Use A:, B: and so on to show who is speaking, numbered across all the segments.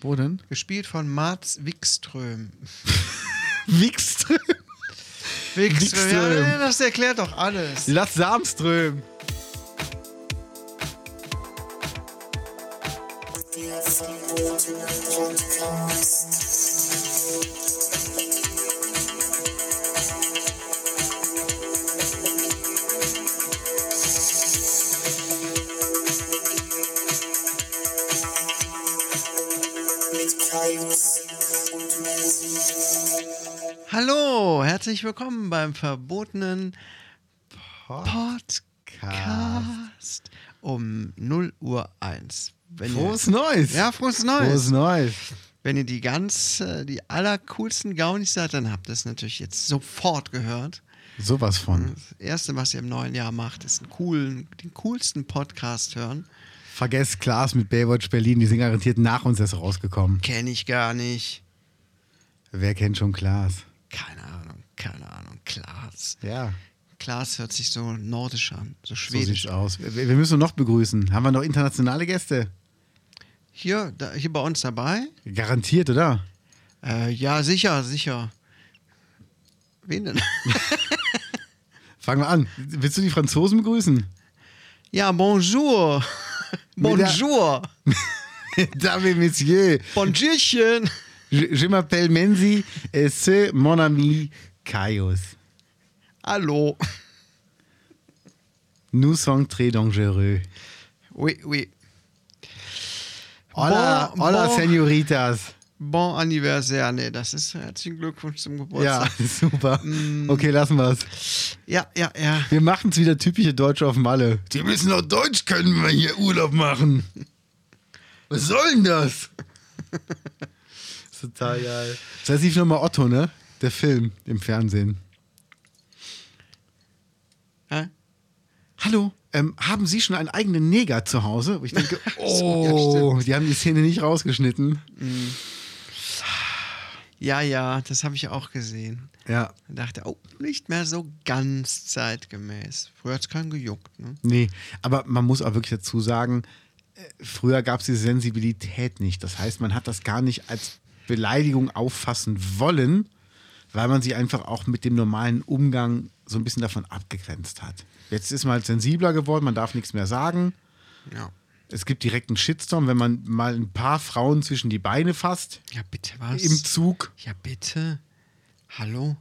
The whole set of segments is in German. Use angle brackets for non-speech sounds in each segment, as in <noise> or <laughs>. A: Wo denn?
B: Gespielt von Mats Wikström.
A: Wikström.
B: Wikström.
A: Wikström.
B: Ja, das erklärt doch
A: <laughs>
B: alles.
A: Lass Samström.
B: Hallo, herzlich willkommen beim verbotenen Podcast um 0 Uhr 1. Wenn
A: Frohes Neues.
B: ihr, ja, frohes Neues.
A: Frohes Neues.
B: Wenn ihr die ganz, äh, die allercoolsten Gaunis seid, dann habt ihr es natürlich jetzt sofort gehört.
A: Sowas von.
B: Das Erste, was ihr im neuen Jahr macht, ist einen coolen, den coolsten Podcast hören.
A: Vergesst Klaas mit Baywatch Berlin. Die sind garantiert nach uns erst rausgekommen.
B: Kenne ich gar nicht.
A: Wer kennt schon Klaas?
B: Keine Ahnung, keine Ahnung. Klaas.
A: Ja.
B: Klaas hört sich so nordisch an, so
A: So
B: schwedisch.
A: sieht's aus. Wir wir müssen noch begrüßen. Haben wir noch internationale Gäste?
B: hier, da, hier bei uns dabei?
A: Garantiert, oder?
B: Äh, ja, sicher, sicher. Wen denn? <laughs>
A: Fangen wir an. Willst du die Franzosen <laughs> begrüßen?
B: Ja, <laughs> bonjour.
A: Mit der-
B: Bonjour. <laughs>
A: Dame, Monsieur.
B: Bonjourchen.
A: Je, je m'appelle Menzi et c'est mon ami Caius.
B: Hallo.
A: Nous sommes très dangereux.
B: Oui, oui.
A: Hola,
B: Bon-
A: hola,
B: bon-
A: Senoritas.
B: Bon anniversaire. Nee, das ist äh, herzlichen Glückwunsch zum
A: Ja,
B: Geburtstag.
A: <laughs> super. Okay, lassen wir's.
B: Ja, ja, ja.
A: Wir machen's wieder typische Deutsche auf Malle. Die müssen doch Deutsch können, wenn wir hier Urlaub machen. Was soll denn das? ist total geil. Das heißt nicht nochmal Otto, ne? Der Film im Fernsehen.
B: Hä?
A: Hallo, ähm, haben Sie schon einen eigenen Neger zu Hause? Wo ich <laughs> denke,
B: ja,
A: oh, die haben die Szene nicht rausgeschnitten.
B: Ja, ja, das habe ich auch gesehen.
A: Ja,
B: Ich dachte, oh, nicht mehr so ganz zeitgemäß. Früher hat es keinen gejuckt, ne?
A: nee, aber man muss auch wirklich dazu sagen, äh, früher gab es diese Sensibilität nicht. Das heißt, man hat das gar nicht als Beleidigung auffassen wollen, weil man sich einfach auch mit dem normalen Umgang so ein bisschen davon abgegrenzt hat. Jetzt ist man halt sensibler geworden, man darf nichts mehr sagen.
B: Ja.
A: Es gibt direkt einen Shitstorm, wenn man mal ein paar Frauen zwischen die Beine fasst
B: Ja, bitte was?
A: im Zug.
B: ja, bitte. Hallo?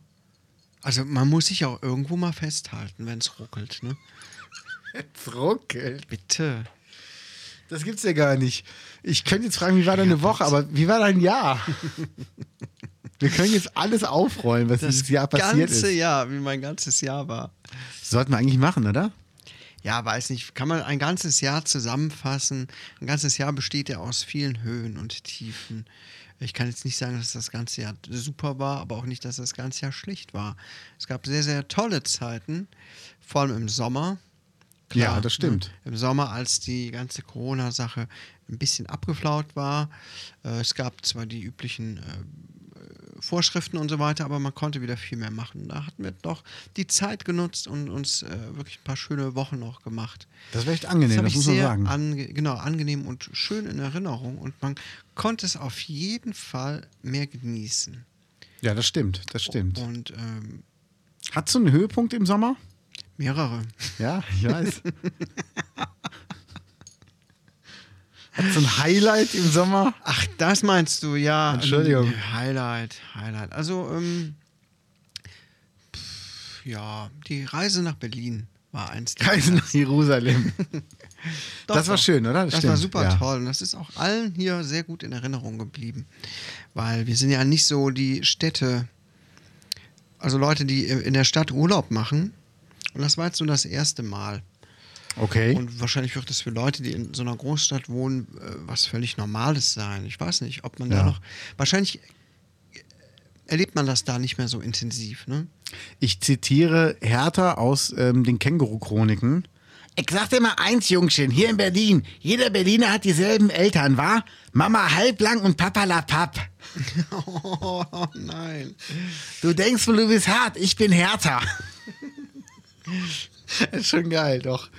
B: Also, man muss sich auch irgendwo mal festhalten, wenn es ruckelt, ne?
A: Druckelt.
B: Bitte.
A: Das gibt's ja gar nicht. Ich könnte jetzt fragen, wie war deine Woche, aber wie war dein Jahr? <laughs> Wir können jetzt alles aufrollen, was dieses Jahr passiert
B: ganze
A: ist.
B: Jahr, wie mein ganzes Jahr war.
A: Sollten wir eigentlich machen, oder?
B: Ja, weiß nicht, kann man ein ganzes Jahr zusammenfassen? Ein ganzes Jahr besteht ja aus vielen Höhen und Tiefen. Ich kann jetzt nicht sagen, dass das ganze Jahr super war, aber auch nicht, dass das ganze Jahr schlecht war. Es gab sehr, sehr tolle Zeiten, vor allem im Sommer.
A: Ja, das stimmt.
B: Ne? Im Sommer, als die ganze Corona-Sache ein bisschen abgeflaut war. Äh, es gab zwar die üblichen äh, äh, Vorschriften und so weiter, aber man konnte wieder viel mehr machen. Da hatten wir doch die Zeit genutzt und uns äh, wirklich ein paar schöne Wochen noch gemacht.
A: Das wäre echt angenehm,
B: hab
A: das,
B: ich
A: muss man
B: sehr
A: sagen.
B: Ange genau, angenehm und schön in Erinnerung und man konnte es auf jeden Fall mehr genießen.
A: Ja, das stimmt, das stimmt.
B: Und ähm,
A: Hattest du einen Höhepunkt im Sommer?
B: mehrere.
A: Ja, ich <laughs> weiß. Hattest du ein Highlight im Sommer?
B: Ach, das meinst du, ja.
A: Entschuldigung.
B: Ähm, Highlight, Highlight. Also, ähm, pff, ja, die Reise nach Berlin war eins. der-
A: Reise nach <laughs> Jerusalem.
B: Doch,
A: das war
B: doch.
A: schön, oder?
B: Das,
A: stimmt,
B: war super
A: ja.
B: toll und das ist auch allen hier sehr gut in Erinnerung geblieben, weil wir sind ja nicht so die Städte, also Leute, die in der Stadt Urlaub machen. Und das war jetzt so das erste Mal.
A: Okay.
B: Und wahrscheinlich wird das für Leute, die in so einer Großstadt wohnen, äh, was völlig Normales sein. Ich weiß nicht, ob man da
A: Ja.
B: noch. Wahrscheinlich äh, erlebt man das da nicht mehr so intensiv. Ne? <laughs>
A: Ich zitiere Hertha aus ähm, den Känguru-Chroniken. Ich sag dir mal eins, Jungchen, hier in Berlin. Jeder Berliner hat dieselben Eltern, wa? Mama halblang und Papa lapapp.
B: Oh nein.
A: Du denkst wohl, du bist hart. Ich bin Hertha. <laughs> ist schon geil, doch.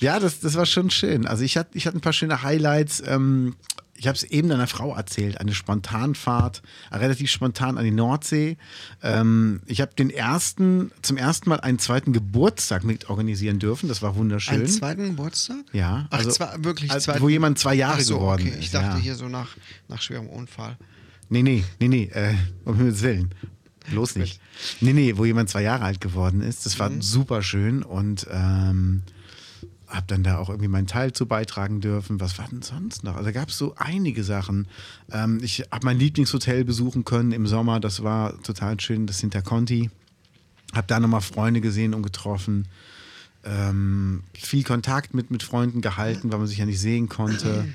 A: Ja, das, das war schon schön. Also ich hatte, ich hatte ein paar schöne Highlights. Ähm, ich habe es eben deiner Frau erzählt, eine Spontanfahrt, äh, relativ spontan an die Nordsee. Ähm, ich habe den ersten, zum ersten Mal einen zweiten Geburtstag mit organisieren dürfen. Das war wunderschön.
B: Einen zweiten Geburtstag?
A: Ja,
B: Ach,
A: also-
B: zwei, wirklich
A: also,
B: zwei.
A: wo jemand zwei Jahre
B: Ach so,
A: geworden
B: okay. Ich
A: ist,
B: dachte
A: ja.
B: hier so nach, nach schwerem Unfall.
A: Nee, nee, nee, nee, äh, um Himmels Willen. Bloß nicht. Nee, nee, wo jemand zwei Jahre alt geworden ist. Das war super schön und ähm, habe dann da auch irgendwie meinen Teil zu beitragen dürfen. Was war denn sonst noch? Also gab es so einige Sachen. Ähm, ich habe mein Lieblingshotel besuchen können im Sommer. Das war total schön, das Hinterconti. Habe da nochmal Freunde gesehen und getroffen. Ähm, viel Kontakt mit, mit Freunden gehalten, weil man sich ja nicht sehen konnte.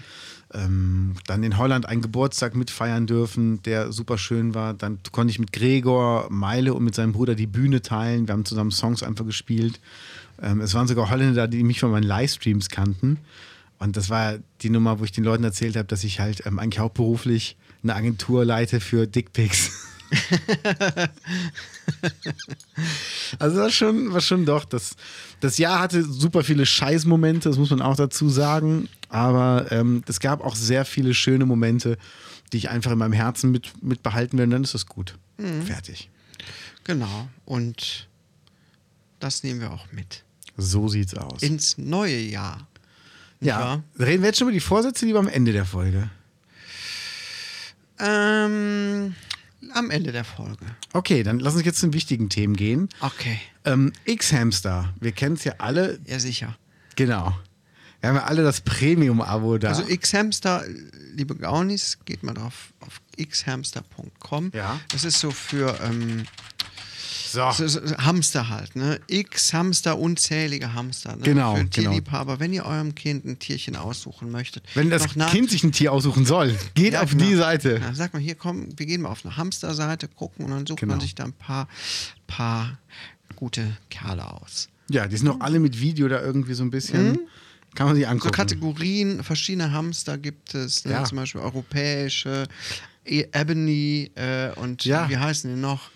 A: Ähm, dann in Holland einen Geburtstag mitfeiern dürfen, der super schön war. Dann konnte ich mit Gregor Meile und mit seinem Bruder die Bühne teilen. Wir haben zusammen Songs einfach gespielt. Ähm, es waren sogar Holländer, die mich von meinen Livestreams kannten. Und das war die Nummer, wo ich den Leuten erzählt habe, dass ich halt ähm, eigentlich hauptberuflich eine Agentur leite für Dickpics. Also das war schon, war schon doch. Das, das Jahr hatte super viele Scheißmomente, das muss man auch dazu sagen. Aber ähm, es gab auch sehr viele schöne Momente, die ich einfach in meinem Herzen mit, mitbehalten werde. Und dann ist das gut.
B: Mhm.
A: Fertig.
B: Genau. Und das nehmen wir auch mit.
A: So sieht's aus.
B: Ins neue Jahr. Nicht
A: ja.
B: wahr?
A: Reden wir jetzt schon über die Vorsätze lieber am Ende der Folge.
B: Ähm, am Ende der Folge.
A: Okay, dann lass uns jetzt zu den wichtigen Themen gehen.
B: Okay.
A: Ähm, X-Hamster, wir kennen es ja alle.
B: Ja, sicher.
A: Genau. Wir haben ja alle das Premium-Abo da.
B: Also Xhamster, liebe Gaunis, geht mal drauf auf xhamster.com.
A: Ja.
B: Das ist so für ähm,
A: so.
B: so, so, so Hamster halt, ne? X Hamster, unzählige Hamster. Ne?
A: Genau,
B: Für
A: genau.
B: Tierliebhaber, wenn ihr eurem Kind ein Tierchen aussuchen möchtet.
A: Wenn das
B: noch nach-
A: Kind sich ein Tier aussuchen soll, geht
B: Ja,
A: auf
B: genau.
A: die Seite.
B: Ja, sag mal, hier komm, wir gehen mal auf eine Hamsterseite, gucken und dann sucht
A: Genau.
B: man sich da ein paar, paar gute Kerle aus.
A: Ja, die sind auch alle mit Video da irgendwie so ein bisschen. Kann man sich angucken.
B: Hm? So Kategorien, verschiedene Hamster gibt es, ne?
A: Ja.
B: zum Beispiel europäische, E- Ebony äh, und
A: Ja.
B: wie heißen die noch?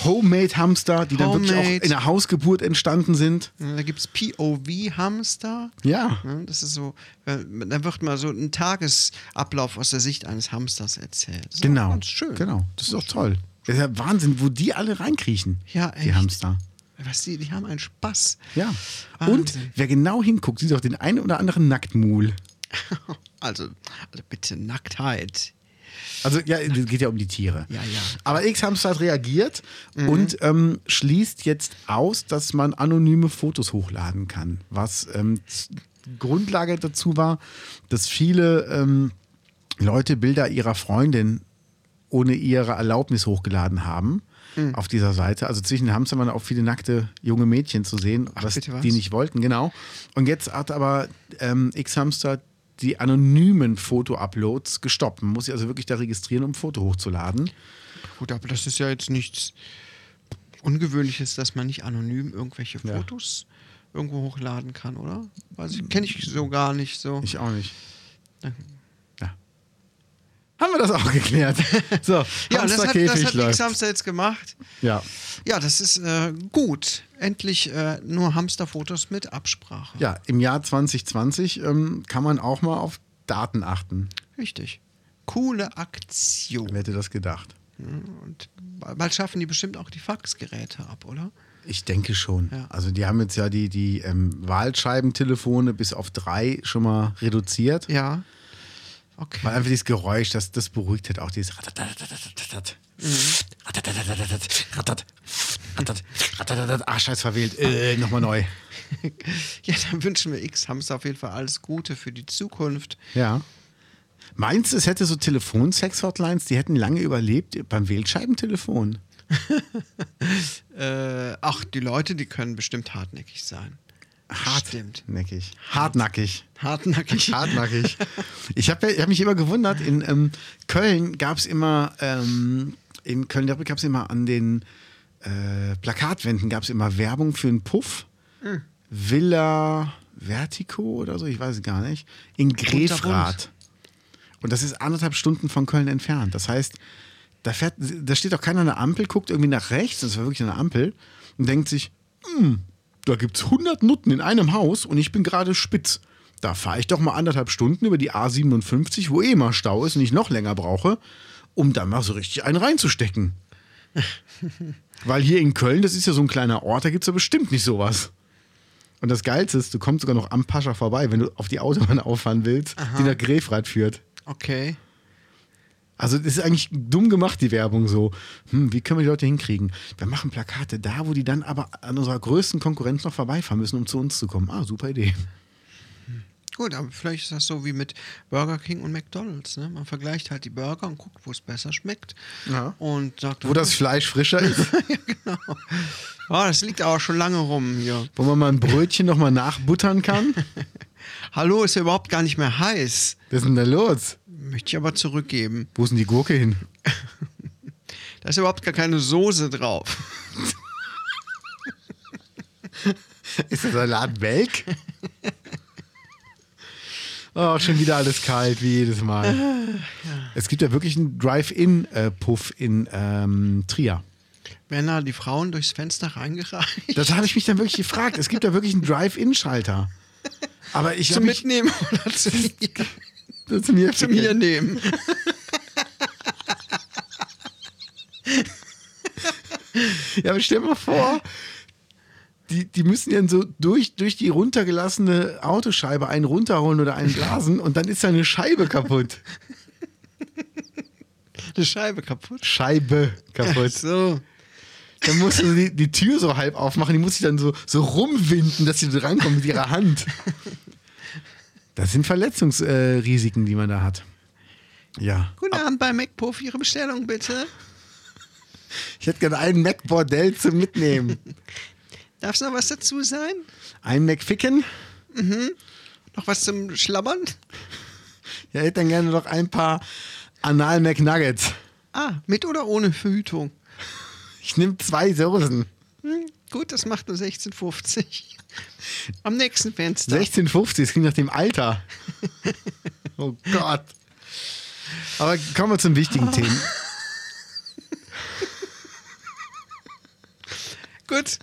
A: Homemade-Hamster, die dann wirklich
B: Homemade.
A: auch in der Hausgeburt entstanden sind.
B: Ne, Da gibt es POV-Hamster.
A: Ja.
B: Ne, Das ist so, äh, da wird mal so ein Tagesablauf aus der Sicht eines Hamsters erzählt. Das ist auch
A: Genau.
B: Ganz schön.
A: Genau. Das ist auch toll. Das ist ja Wahnsinn, wo die alle reinkriechen.
B: Ja,
A: Die
B: echt.
A: Hamster.
B: Was die, die haben einen Spaß.
A: Ja.
B: Wahnsinn.
A: Und wer genau hinguckt, sieht auch den einen oder anderen Nacktmuhl.
B: <laughs> Also, also bitte Nacktheit.
A: Also ja, es geht ja um die Tiere.
B: Ja, ja.
A: Aber X-Hamster hat halt reagiert und ähm, schließt jetzt aus, dass man anonyme Fotos hochladen kann. Was ähm, z- Grundlage dazu war, dass viele ähm, Leute Bilder ihrer Freundin ohne ihre Erlaubnis hochgeladen haben
B: Hm.
A: auf dieser Seite. Also zwischen den Hamstern waren auch viele nackte junge Mädchen zu sehen, was,
B: bitte was?
A: die nicht wollten, genau. Und jetzt hat aber ähm, X-Hamster die anonymen Foto-Uploads gestoppt. Man muss sich also wirklich da registrieren, um ein Foto hochzuladen.
B: Gut, aber das ist ja jetzt nichts Ungewöhnliches, dass man nicht anonym irgendwelche
A: Ja.
B: Fotos irgendwo hochladen kann, oder? Weiß ich, kenne ich so gar nicht so.
A: Ich auch nicht.
B: Danke.
A: Ja. Haben wir das auch
B: <laughs>
A: geklärt. So,
B: ja, und das hat, das hat
A: Hamsterkäfig läuft.
B: X-Hamster jetzt gemacht.
A: Ja.
B: Ja, das ist äh, gut. Endlich äh, nur Hamsterfotos mit Absprache.
A: ja, im Jahr 2020 ähm, kann man auch mal auf Daten achten.
B: Richtig. Coole Aktion. Hm,
A: Wer hätte das gedacht?
B: Und bald schaffen die bestimmt auch die Faxgeräte ab, oder?
A: Ich denke schon.
B: Ja.
A: Also die haben jetzt ja die, die ähm, Wahlscheibentelefone bis auf drei schon mal reduziert.
B: Ja. Okay.
A: Weil einfach dieses Geräusch, das, das beruhigt halt auch dieses Ratatatatatatatat.
B: Mhm.
A: Ratatatatatatatat. Ratat. Ratat. Ratatatatat. Ah, scheiß verwählt. Äh, nochmal neu.
B: <laughs> Ja, dann wünschen wir X-Hamster auf jeden Fall alles Gute für die Zukunft.
A: Ja. Meinst du, es hätte so Telefonsex-Hotlines, die hätten lange überlebt beim Wählscheibentelefon?
B: Äh, ach, die Leute, die können bestimmt hartnäckig sein. Bestimmt.
A: Hartnäckig. Hartnackig.
B: Hartnäckig.
A: Hartnackig. Ich habe ja, ich hab mich immer gewundert, in ähm, Köln gab es immer, ähm, in köln gab es immer an den äh, Plakatwänden gab es immer Werbung für einen Puff. Villa Vertico oder so, ich weiß es gar nicht. In Grefrath. Und das ist anderthalb Stunden von Köln entfernt. Das heißt, da, fährt, da steht auch keiner an der Ampel, guckt irgendwie nach rechts, das war wirklich eine Ampel, und denkt sich, hm, da gibt es 100 Nutten in einem Haus und ich bin gerade spitz. da fahre ich doch mal anderthalb Stunden über die A57, wo eh mal Stau ist und ich noch länger brauche, um dann mal so richtig einen reinzustecken. Weil hier in Köln, das ist ja so ein kleiner Ort, da gibt es ja bestimmt nicht sowas. Und das Geilste ist, du kommst sogar noch am Pascha vorbei, wenn du auf die Autobahn <laughs> auffahren willst, die nach Grefrath führt.
B: Okay.
A: Also das ist eigentlich dumm gemacht, die Werbung so. Hm, wie können wir die Leute hinkriegen? Wir machen Plakate da, wo die dann aber an unserer größten Konkurrenz noch vorbeifahren müssen, um zu uns zu kommen. Ah, super Idee.
B: Gut, aber vielleicht ist das so wie mit Burger King und McDonalds. Ne? Man vergleicht halt die Burger und guckt, wo es besser schmeckt.
A: Ja.
B: Und sagt,
A: Wo das Fleisch frischer ist,
B: oh, das liegt aber schon lange rum hier.
A: <laughs> wo man mal ein Brötchen nochmal nachbuttern kann.
B: Hallo, ist ja überhaupt gar nicht mehr heiß.
A: Was ist denn da los?
B: Möchte ich aber zurückgeben.
A: Wo ist denn die Gurke hin?
B: Da ist überhaupt gar keine Soße drauf. <laughs>
A: Ist der Salat welk? <laughs> Oh, schon wieder alles kalt, wie jedes Mal. Es gibt ja wirklich einen Drive-In-Puff in ähm, Trier.
B: Männer, die Frauen durchs Fenster reingereicht. <laughs>
A: Das habe ich mich dann wirklich gefragt. Es gibt ja wirklich einen Drive-In-Schalter. Aber ich
B: Zum
A: habe mich
B: Mitnehmen oder zu mir,
A: <laughs> zu mir,
B: zu mir nehmen.
A: Ja, aber stell mal vor, die, die müssen dann so durch, durch die runtergelassene Autoscheibe einen runterholen oder einen blasen und dann ist da eine Scheibe kaputt.
B: Eine Scheibe kaputt.
A: Scheibe kaputt.
B: So.
A: Dann musst du die, die Tür so halb aufmachen, die muss sich dann so, so rumwinden, dass sie da rankommt mit ihrer Hand. Das sind Verletzungsrisiken, äh, Risiken, die man da hat. Ja.
B: Guten Abend bei MacPuff, Ihre Bestellung bitte.
A: Ich hätte gerne einen Mac-Bordell zum Mitnehmen.
B: Darf es noch was dazu sein?
A: Einen Mac-Ficken?
B: Noch was zum Schlabbern?
A: Ja, ich hätte dann gerne noch ein paar Anal-Mac-Nuggets.
B: Ah, mit oder ohne Verhütung?
A: Ich nehme zwei Soßen.
B: Hm, gut, das macht nur 16,50. Am nächsten Fenster.
A: 1650, das klingt nach dem Alter. Oh Gott. Aber kommen wir zum wichtigen Thema.
B: Gut.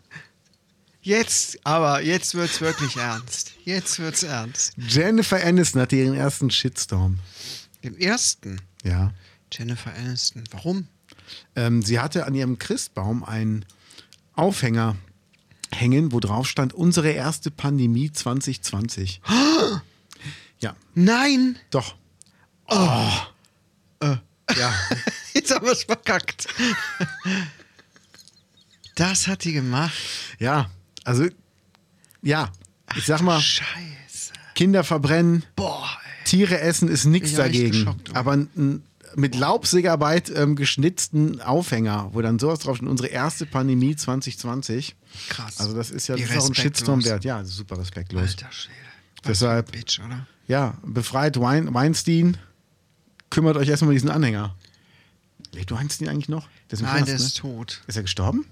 B: Jetzt, aber jetzt wird's wirklich ernst. Jetzt wird's ernst.
A: Jennifer Aniston hatte ihren ersten Shitstorm.
B: Dem ersten.
A: Ja.
B: Jennifer Aniston. Warum?
A: Ähm, sie hatte an ihrem Christbaum einen Aufhänger hängen, wo drauf stand: Unsere erste Pandemie 2020. Ja,
B: Nein! <laughs>
A: doch. Oh. Ja.
B: Jetzt haben wir's verkackt. Das hat die gemacht.
A: Ja, also, ja. Ich sag mal,
B: Scheiße.
A: Kinder verbrennen,
B: Boah, ey.
A: Tiere essen ist nichts
B: Ja, ich bin
A: dagegen.
B: geschockt, aber-
A: aber n- n- mit Laubsägearbeit ähm, geschnitzten Aufhänger, wo dann sowas draufsteht, unsere erste Pandemie 2020.
B: Krass.
A: Also das ist ja
B: Wie
A: das ist auch ein
B: respektlos.
A: Shitstorm wert. Ja, das ist super respektlos.
B: Alter Schwede. Was
A: Deshalb-
B: für ein Bitch, oder?
A: Ja, befreit Wein, Weinstein, kümmert euch erstmal um diesen Anhänger. Lebt Weinstein eigentlich noch? Der ist im
B: Nein,
A: Knast,
B: der ist
A: ne?
B: tot.
A: ist er gestorben?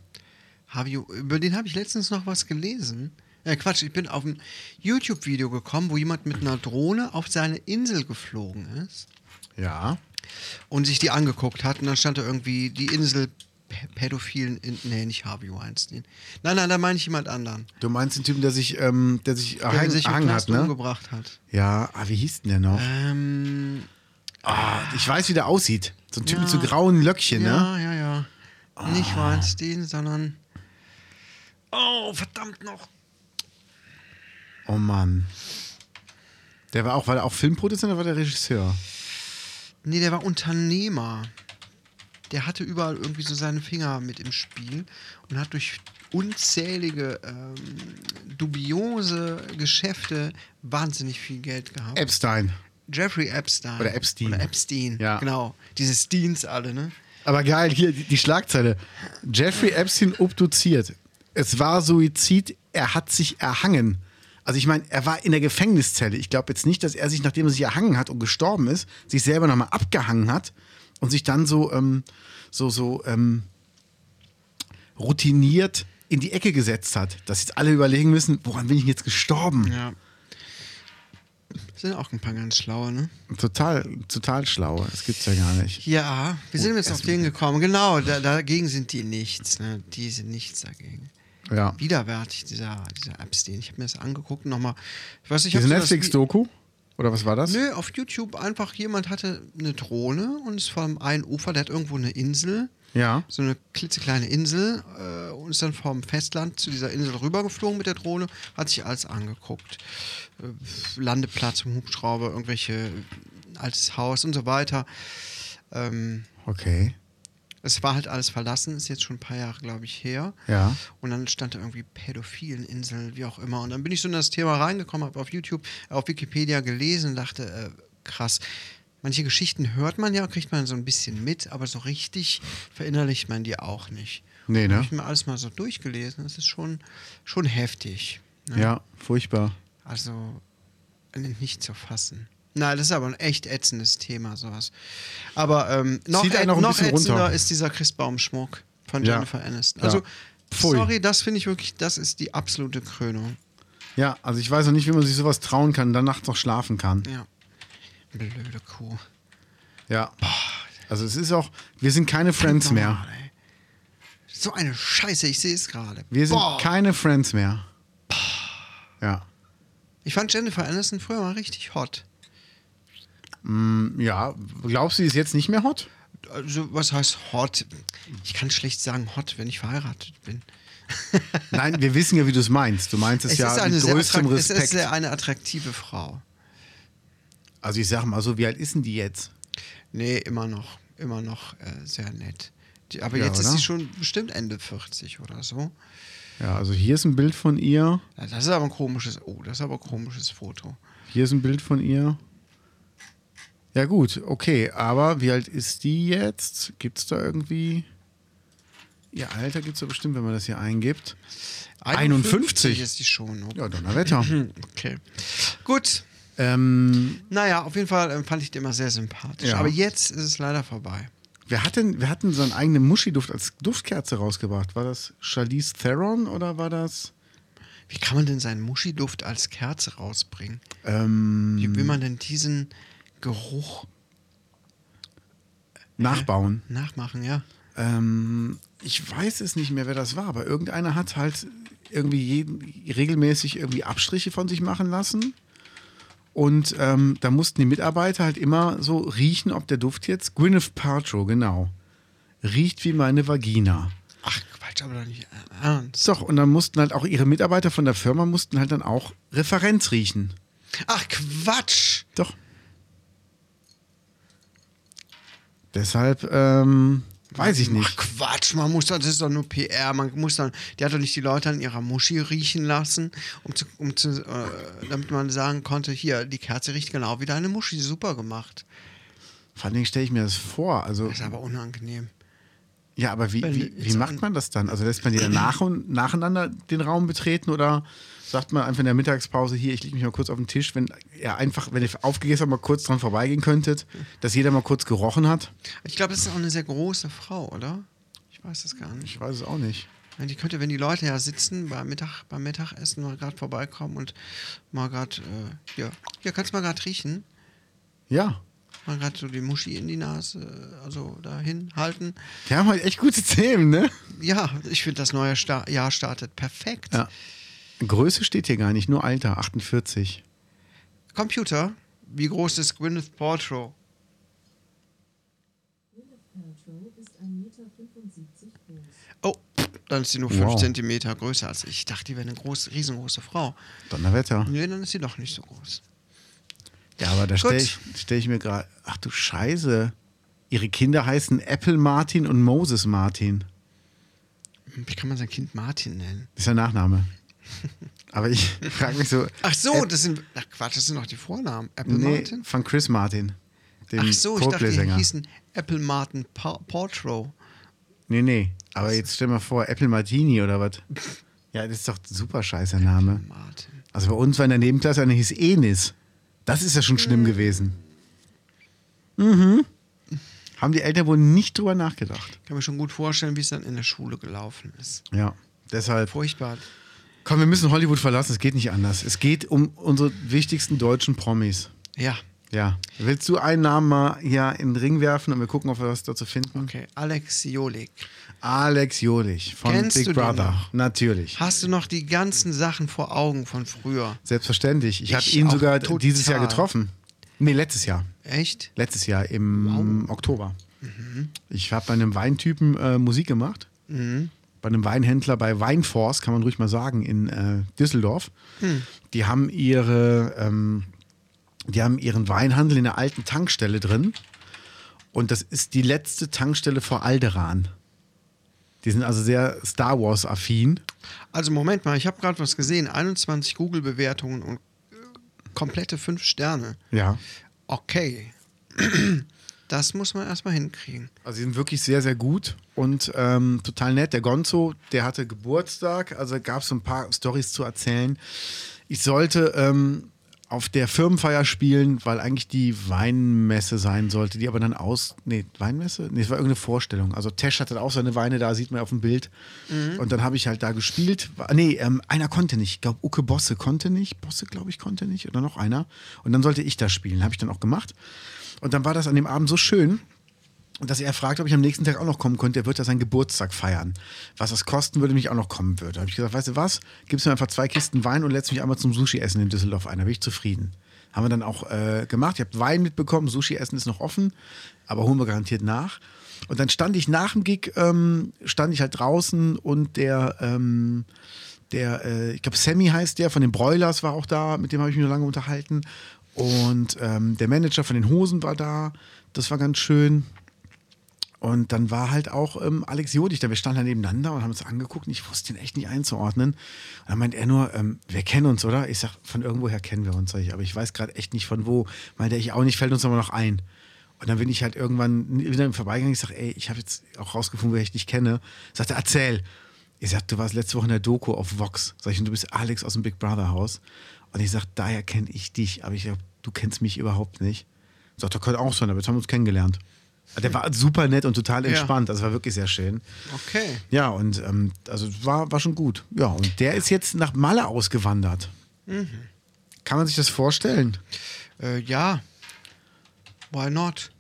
B: Hab ich, über den habe ich letztens noch was gelesen. Äh, Quatsch, ich bin auf ein YouTube-Video gekommen, wo jemand mit einer Drohne auf seine Insel geflogen ist
A: Ja.
B: und sich die angeguckt hat. Und dann stand da irgendwie die Insel P- pädophilen. In, nee, nicht Harvey Weinstein. Nein, nein, da meine ich jemand anderen.
A: Du meinst den Typen, der sich, ähm, der sich
B: Der
A: erhangen-
B: sich im
A: erhangen
B: Knast
A: hat, ne?
B: umgebracht hat.
A: Ja, ah, wie hieß denn der noch?
B: Ähm,
A: Ah, ich weiß, wie der aussieht. So ein Typ mit so grauen Löckchen, ne? Ah.
B: Ja, ja, ja. Nicht Weinstein, sondern. Oh, verdammt noch.
A: Oh Mann. Der war auch, war der auch Filmproduzent oder war der Regisseur?
B: Nee, der war Unternehmer. Der hatte überall irgendwie so seine Finger mit im Spiel und hat durch unzählige ähm, dubiose Geschäfte wahnsinnig viel Geld gehabt.
A: Epstein.
B: Jeffrey Epstein.
A: Oder Epstein.
B: Oder Epstein,
A: Ja.
B: genau. Diese Steens alle, ne?
A: Aber geil, hier die, die Schlagzeile. Jeffrey Epstein obduziert. Es war Suizid, er hat sich erhangen. Also ich meine, er war in der Gefängniszelle. Ich glaube jetzt nicht, dass er sich, nachdem er sich erhangen hat und gestorben ist, sich selber nochmal abgehangen hat und sich dann so, ähm, so, so ähm, routiniert in die Ecke gesetzt hat. Dass jetzt alle überlegen müssen, woran bin ich denn jetzt gestorben?
B: Ja. Sind auch ein paar ganz schlaue, ne?
A: Total, total schlau. Das gibt's ja gar nicht.
B: Ja, wir sind jetzt auf den gekommen. Genau, da, dagegen sind die nichts, ne? Die sind nichts dagegen.
A: Ja.
B: widerwärtig, dieser, dieser Epstein. Ich habe mir das angeguckt und nochmal. Ich weiß nicht,
A: Diese
B: ob du das-
A: Netflix-Doku? Oder was war das?
B: Nö, auf YouTube einfach jemand hatte eine Drohne und ist vom einen Ufer, der hat irgendwo eine Insel,
A: Ja.
B: so eine klitzekleine Insel, äh, und ist dann vom Festland zu dieser Insel rübergeflogen mit der Drohne, hat sich alles angeguckt. Äh, Landeplatz vom Hubschrauber, irgendwelche äh, altes Haus und so weiter. Ähm,
A: Okay.
B: es war halt alles verlassen, ist jetzt schon ein paar Jahre, glaube ich, her.
A: Ja.
B: Und dann stand da irgendwie Pädophileninsel, wie auch immer. Und dann bin ich so in das Thema reingekommen, habe auf YouTube, auf Wikipedia gelesen und dachte, äh, krass. Manche Geschichten hört man ja, kriegt man so ein bisschen mit, aber so richtig verinnerlicht man die auch nicht.
A: Nee,
B: Und
A: ne?
B: Habe ich mir alles mal so durchgelesen. Das ist schon, schon heftig. Ne?
A: Ja, furchtbar.
B: Also nicht zu fassen. Na, das ist aber ein echt ätzendes Thema, sowas. Aber ähm, noch,
A: Zieht
B: ä-
A: einen auch ein
B: noch
A: bisschen
B: ätzender
A: runter.
B: ist dieser Christbaumschmuck von
A: Ja.
B: Jennifer Aniston.
A: Ja.
B: Also,
A: Pfui.
B: sorry, das finde ich wirklich, das ist die absolute Krönung.
A: Ja, also ich weiß noch nicht, wie man sich sowas trauen kann, dann nachts noch schlafen kann.
B: Ja. Blöde Kuh.
A: Ja. Also es ist auch, wir sind keine Friends mehr.
B: Normal, ey. So eine Scheiße, ich sehe es gerade.
A: Wir sind
B: Boah.
A: keine Friends mehr. Ja.
B: Ich fand Jennifer Aniston früher mal richtig hot.
A: Ja, glaubst du, die ist jetzt nicht mehr hot?
B: Also, was heißt hot? Ich kann schlecht sagen hot, wenn ich verheiratet bin.
A: Nein, wir wissen ja, wie du es meinst. Du meinst es, ja mit
B: sehr
A: größtem
B: attrakt- es
A: Respekt.
B: ist sehr eine attraktive Frau.
A: also ich sag mal so, wie alt ist denn die jetzt?
B: Nee, immer noch, immer noch äh, sehr nett. Die, aber
A: Ja,
B: jetzt ist
A: oder?
B: sie schon bestimmt Ende 40 oder so.
A: Ja, also hier ist ein Bild von ihr.
B: Ja, Das ist aber ein komisches, oh, das ist aber ein komisches Foto.
A: Hier ist ein Bild von ihr. Ja gut, okay. Aber wie alt ist die jetzt? Gibt es da irgendwie... Ihr Alter gibt es da bestimmt, wenn man das hier eingibt. 51.
B: ist die schon. Oh,
A: Ja, Donnerwetter.
B: Okay. Gut.
A: ähm,
B: Naja, auf jeden Fall ähm, fand ich die immer sehr sympathisch.
A: Ja.
B: Aber jetzt ist es leider vorbei.
A: wer, hat denn, wer hat denn seinen eigenen Muschiduft als Duftkerze rausgebracht? War das Charlize Theron oder war das...
B: Wie kann man denn seinen Muschiduft als Kerze rausbringen?
A: Ähm,
B: Wie will man denn diesen Geruch
A: nachbauen.
B: nachmachen, ja?
A: Ähm, ich weiß es nicht mehr, wer das war, aber irgendeiner hat halt irgendwie jeden, regelmäßig irgendwie Abstriche von sich machen lassen. Und ähm, da mussten die Mitarbeiter halt immer so riechen, ob der Duft jetzt. Gwyneth Paltrow, genau. Riecht wie meine Vagina.
B: Ach, Quatsch, aber doch nicht äh, ernst.
A: Doch, und dann mussten halt auch ihre Mitarbeiter von der Firma mussten halt dann auch Referenz riechen.
B: Ach, Quatsch!
A: Doch. Deshalb, ähm, weiß ich
B: Ach
A: nicht.
B: Quatsch, man muss dann, das ist doch nur PR, man muss dann, die hat doch nicht die Leute an ihrer Muschi riechen lassen, um zu, um zu äh, damit man sagen konnte, hier, die Kerze riecht genau wie deine Muschi, super gemacht.
A: Vor allen Dingen stelle ich mir das vor. Also,
B: Das ist aber unangenehm.
A: Ja, aber wie,
B: Wenn
A: wie,
B: jetzt
A: wie
B: an-
A: macht man das dann? Also lässt man die <clears throat> dann nach und, nacheinander den Raum betreten oder sagt man einfach in der Mittagspause hier, ich lege mich mal kurz auf den Tisch, wenn ja, einfach, wenn ihr aufgegessen habt, mal kurz dran vorbeigehen könntet, dass jeder mal kurz gerochen hat?
B: Ich glaube, das ist auch eine sehr große Frau, oder? Ich weiß das gar nicht.
A: Ich weiß es auch nicht.
B: Ja, Die könnte, wenn die Leute ja sitzen beim, Mittag, beim Mittagessen, mal gerade vorbeikommen und mal gerade, äh, hier, hier kannst du mal gerade riechen,
A: Ja.
B: mal gerade so die Muschi in die Nase, äh, also dahin halten.
A: Die haben halt echt gute Themen, ne?
B: Ja, ich finde, das neue Sta Jahr startet perfekt.
A: Ja. Größe steht hier gar nicht, nur Alter, 48.
B: Computer, wie groß ist Gwyneth Paltrow?
C: Paltrow ist 1,75 Meter groß.
B: Oh, dann ist sie nur 5
A: Wow.
B: cm größer als ich. Ich dachte, die wäre eine große, riesengroße Frau.
A: Donnerwetter.
B: Nö, dann ist sie doch nicht so groß.
A: Ja, aber da
B: Gut.
A: stelle ich, stell ich mir gerade, ach du Scheiße. Ihre Kinder heißen Apple Martin und Moses Martin.
B: Wie kann man sein Kind Martin nennen?
A: Ist der Nachname. <laughs> Aber ich frage mich so.
B: Ach so,
A: Ä-
B: das sind. Ach Quatsch, das sind doch die Vornamen. Apple
A: Äh, nee,
B: Martin?
A: von Chris Martin. Dem
B: Ach so, ich dachte, die
A: Coldplay-Sänger.
B: hießen Apple Martin pa Paltrow.
A: Nee, nee. Aber jetzt stell mal vor, Apple Martini oder
B: <laughs>
A: was? Ja, das ist doch ein super scheißer Name.
B: Martin.
A: Also bei uns war in der Nebenklasse einer hieß Enis. Das ist ja schon schlimm
B: Hm.
A: gewesen. Mhm. Haben die Eltern wohl nicht drüber nachgedacht.
B: Ich kann mir schon gut vorstellen, wie es dann in der Schule gelaufen ist.
A: Ja. Deshalb.
B: Furchtbar.
A: Komm, wir müssen Hollywood verlassen. Es geht nicht anders. Es geht um unsere wichtigsten deutschen Promis.
B: Ja.
A: Ja. Willst du einen Namen mal hier in den Ring werfen und wir gucken, ob wir was dazu finden?
B: Okay, Alex Jolik.
A: Alex Jolich von
B: Kennst
A: Big
B: du den
A: Brother.
B: noch?
A: Natürlich.
B: Hast du noch die ganzen Sachen vor Augen von früher?
A: Selbstverständlich. Ich,
B: Ich
A: habe ihn
B: auch
A: sogar
B: total.
A: dieses Jahr getroffen. Nee, letztes Jahr.
B: Echt?
A: Letztes Jahr im Oktober.
B: Mhm.
A: Ich habe bei einem Weintypen äh, Musik gemacht. Bei einem Weinhändler bei Weinforce, kann man ruhig mal sagen, in äh, Düsseldorf.
B: Hm.
A: Die haben ihre, ähm, die haben ihren Weinhandel in der alten Tankstelle drin. Und das ist die letzte Tankstelle vor Alderan. Die sind also sehr Star Wars-affin.
B: Also Moment mal, ich habe gerade was gesehen. 21 Google-Bewertungen und äh, komplette 5 Sterne.
A: Ja.
B: Okay. <clears throat> Das muss man erstmal hinkriegen.
A: Also, die sind wirklich sehr, sehr gut und ähm, total nett. Der Gonzo, der hatte Geburtstag, also gab es so ein paar Stories zu erzählen. Ich sollte ähm, auf der Firmenfeier spielen, weil eigentlich die Weinmesse sein sollte, die aber dann aus. Nee, Weinmesse? Nee, es war irgendeine Vorstellung. Also, Tesch hatte auch seine Weine da, sieht man auf dem Bild. Und dann habe ich halt da gespielt. War- Nee, ähm, einer konnte nicht. Ich glaube, Uke Bosse konnte nicht. Bosse, glaube ich, konnte nicht. Oder noch einer. Und dann sollte ich da spielen. Habe ich dann auch gemacht. Und dann war das an dem Abend so schön. Und dass er fragt, ob ich am nächsten Tag auch noch kommen könnte. Er wird ja seinen Geburtstag feiern. Was das kosten würde, wenn ich auch noch kommen würde. Da habe ich gesagt, weißt du was? Gibst mir einfach zwei Kisten Wein und lädst mich einmal zum Sushi-Essen in Düsseldorf ein. Da bin ich zufrieden. Haben wir dann auch äh, gemacht. Ich habe Wein mitbekommen. Sushi-Essen ist noch offen, aber holen wir garantiert nach. Und dann stand ich nach dem Gig, ähm, stand ich halt draußen und der, ähm, der äh, ich glaube, Sammy heißt der, von den Broilers war auch da, mit dem habe ich mich noch lange unterhalten. Und ähm, der Manager von den Hosen war da. Das war ganz schön. Und dann war halt auch ähm, Alex Jodig da. Wir standen da nebeneinander und haben uns angeguckt und ich wusste ihn echt nicht einzuordnen. Und dann meint er nur, ähm, wir kennen uns, oder? Ich sag, von irgendwoher kennen wir uns, sag ich, aber ich weiß gerade echt nicht von wo. Meint er, ich auch nicht, fällt uns aber noch ein. Und dann bin ich halt irgendwann wieder im Vorbeigang. Ich sag, ey, ich habe jetzt auch rausgefunden, wer ich dich kenne. Sagt er, erzähl. Ich sag, du warst letzte Woche in der Doku auf Vox. Sag ich, und du bist Alex aus dem Big Brother Haus. Und ich sag, daher kenne ich dich, aber ich glaub, du kennst mich überhaupt nicht. Sagt, er, könnte auch sein, aber jetzt haben wir uns kennengelernt. Ah, Der war super nett und total entspannt. Das war wirklich sehr schön.
B: Okay.
A: Ja, und ähm, also war, war schon gut. Ja, und der ist jetzt nach Malle ausgewandert. Kann man sich das vorstellen?
B: Äh, ja. Why not?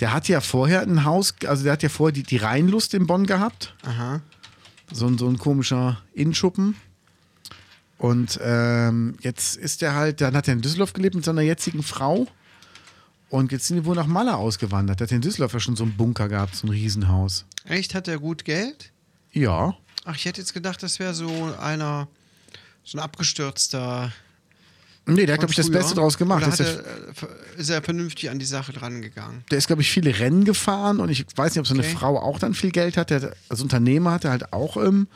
A: Der hat ja vorher ein Haus, also der hat ja vorher die, die Rheinlust in Bonn gehabt.
B: Aha.
A: So, ein- so ein komischer Innenschuppen. Und ähm, jetzt ist er halt, dann hat er in Düsseldorf gelebt mit seiner jetzigen Frau. Und jetzt sind die wohl nach Malle ausgewandert. Der hat in Düsseldorf ja schon so einen Bunker gehabt, so ein Riesenhaus.
B: Echt? Hat er gut Geld?
A: Ja.
B: Ach, ich hätte jetzt gedacht, das wäre so einer, so ein abgestürzter.
A: Nee, der hat,
B: von
A: glaube ich, das
B: früher.
A: Beste draus gemacht.
B: Oder
A: Das
B: Hat
A: ist ja-
B: er, äh, ver- ist er vernünftig an die Sache drangegangen?
A: der ist, glaube ich, viele Rennen gefahren und ich weiß nicht, ob seine
B: Okay.
A: Frau auch dann viel Geld hat. Der, hat- als Unternehmer hat er halt auch ähm,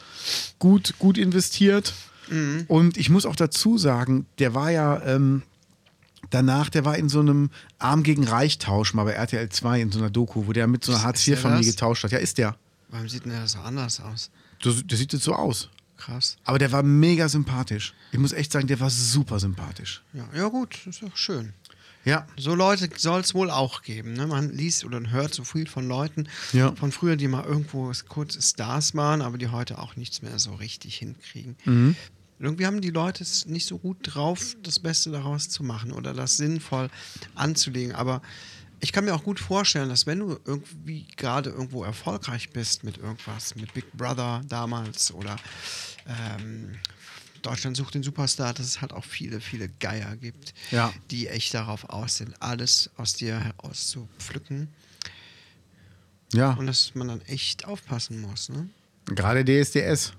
A: gut, gut investiert.
B: Mhm.
A: Und ich muss auch dazu sagen, der war ja ähm, danach, der war in so einem Arm gegen Reich-Tausch mal bei RTL 2 in so einer Doku, wo der mit so einer
B: Ist- ist der
A: Hartz-IV-Familie
B: das?
A: getauscht hat. Ja, ist der.
B: Warum sieht denn das so anders aus?
A: Der, der sieht jetzt so aus.
B: Krass.
A: Aber der war mega sympathisch. Ich muss echt sagen, der war super sympathisch.
B: Ja, ja gut, ist doch schön.
A: Ja.
B: So Leute soll es wohl auch geben. Ne? Man liest oder hört so viel von Leuten
A: Ja.
B: von früher, die mal irgendwo kurz Stars waren, aber die heute auch nichts mehr so richtig hinkriegen. Irgendwie haben die Leute es nicht so gut drauf, das Beste daraus zu machen oder das sinnvoll anzulegen. Aber ich kann mir auch gut vorstellen, dass wenn du irgendwie gerade irgendwo erfolgreich bist mit irgendwas, mit Big Brother damals oder ähm, Deutschland sucht den Superstar, dass es halt auch viele, viele Geier gibt,
A: Ja.
B: die echt darauf aus sind, alles aus dir herauszupflücken.
A: Ja.
B: Und dass man dann echt aufpassen muss. Ne?
A: Gerade DSDS.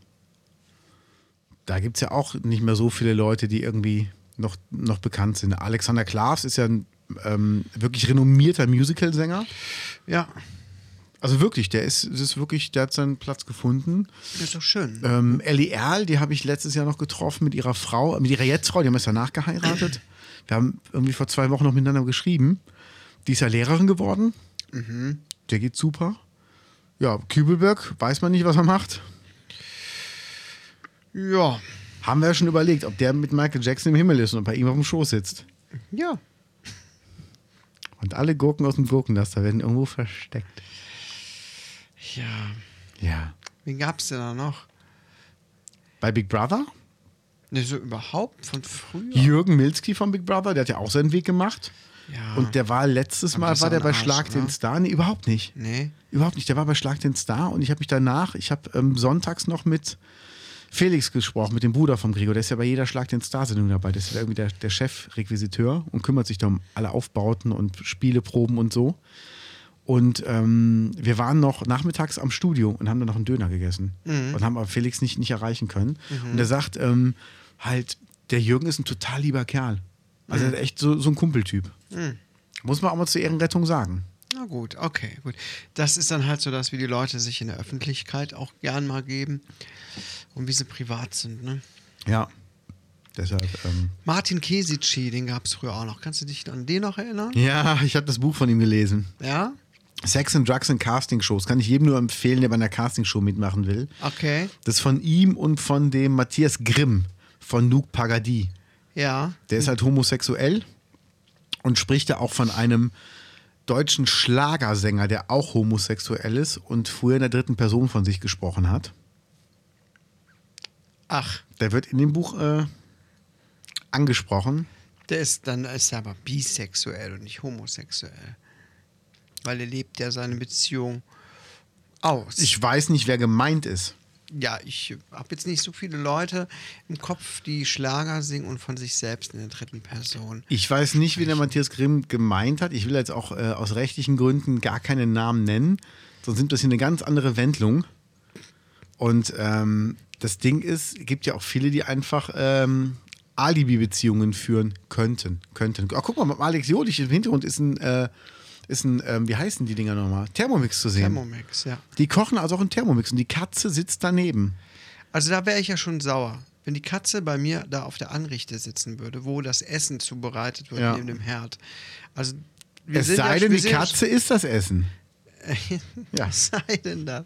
A: Da gibt es ja auch nicht mehr so viele Leute, die irgendwie noch, noch bekannt sind. Alexander Klavs ist ja ein ähm, wirklich renommierter Musical-Sänger.
B: Ja,
A: Also wirklich, der ist, es ist wirklich, der hat seinen Platz gefunden.
B: ist doch schön.
A: Ähm, Ellie Erl, die habe ich letztes Jahr noch getroffen mit ihrer Frau, mit ihrer Jetztfrau, die haben es danach geheiratet. Wir haben irgendwie vor zwei Wochen noch miteinander geschrieben. Die ist ja Lehrerin geworden. Der geht super. Ja, Kübelberg, weiß man nicht, was er macht.
B: Ja,
A: Haben wir ja schon überlegt, ob der mit Michael Jackson im Himmel ist und bei ihm auf dem Schoß sitzt.
B: ja.
A: Und alle Gurken aus dem Gurkenlaster werden irgendwo versteckt.
B: Ja,
A: Ja.
B: wen gab's denn da noch?
A: Bei Big Brother?
B: Ne, so überhaupt von früher.
A: Jürgen Milski von Big Brother, der hat ja auch seinen Weg gemacht.
B: Ja.
A: Und der war letztes
B: Aber
A: Mal,
B: das
A: war
B: ist
A: der
B: auch
A: bei
B: ein Arsch,
A: Schlag den
B: ne?
A: Star? Nee, überhaupt nicht.
B: Nee.
A: Überhaupt nicht. Der war bei Schlag den Star und ich habe mich danach, ich habe ähm, sonntags noch mit Felix gesprochen, mit dem Bruder von Gregor. Der ist ja bei jeder Schlag den Star-Sendung dabei. Das ist ja irgendwie der, der Chefrequisiteur und kümmert sich da um alle Aufbauten und Spieleproben und so. Und ähm, wir waren noch nachmittags am Studio und haben dann noch einen Döner gegessen und haben aber Felix nicht, nicht erreichen können. Und er sagt ähm, halt, der Jürgen ist ein total lieber Kerl. Also er ist echt so, so ein Kumpeltyp. Muss man auch mal zur Ehrenrettung sagen.
B: Na gut, okay, gut. Das ist dann halt so das, wie die Leute sich in der Öffentlichkeit auch gern mal geben und wie sie privat sind, ne?
A: Ja. Deshalb. Ähm,
B: Martin Kesici, den gab es früher auch noch. Kannst du dich an den noch erinnern?
A: ja, ich habe das Buch von ihm gelesen.
B: Ja?
A: Sex and Drugs in Castingshows. Kann ich jedem nur empfehlen, der bei einer Castingshow mitmachen will.
B: Okay.
A: Das ist von ihm und von dem Matthias Grimm von Luke Pagadi.
B: Ja.
A: Der ist halt homosexuell und spricht da auch von einem deutschen Schlagersänger, der auch homosexuell ist und früher in der dritten Person von sich gesprochen hat.
B: Ach,
A: Der wird in dem Buch äh, angesprochen.
B: der ist dann ist er aber bisexuell und nicht homosexuell. Weil er lebt ja seine Beziehung aus.
A: Ich weiß nicht, wer gemeint ist.
B: ja, ich habe jetzt nicht so viele Leute im Kopf, die Schlager singen und von sich selbst in der dritten Person.
A: Ich weiß nicht, wie der Matthias Grimm gemeint hat. Ich will jetzt auch äh, aus rechtlichen Gründen gar keinen Namen nennen. Sonst nimmt das hier eine ganz andere Wendlung. Und ähm, das Ding ist, gibt ja auch viele, die einfach ähm, Alibi-Beziehungen führen könnten. könnten. Ach, guck mal, mit Alex Jolich im Hintergrund ist ein, äh, ist ein ähm, wie heißen die Dinger nochmal? Thermomix zu sehen.
B: Thermomix, ja.
A: die kochen also auch in Thermomix und die Katze sitzt daneben.
B: Also da wäre ich ja schon sauer. Wenn die Katze bei mir da auf der Anrichte sitzen würde, wo das Essen zubereitet wird
A: Ja.
B: neben dem Herd. Also wir
A: Es
B: sind
A: sei
B: ja,
A: denn,
B: wir
A: die
B: sind ja- <laughs>
A: Katze isst das Essen. Ja.
B: Was sei denn das?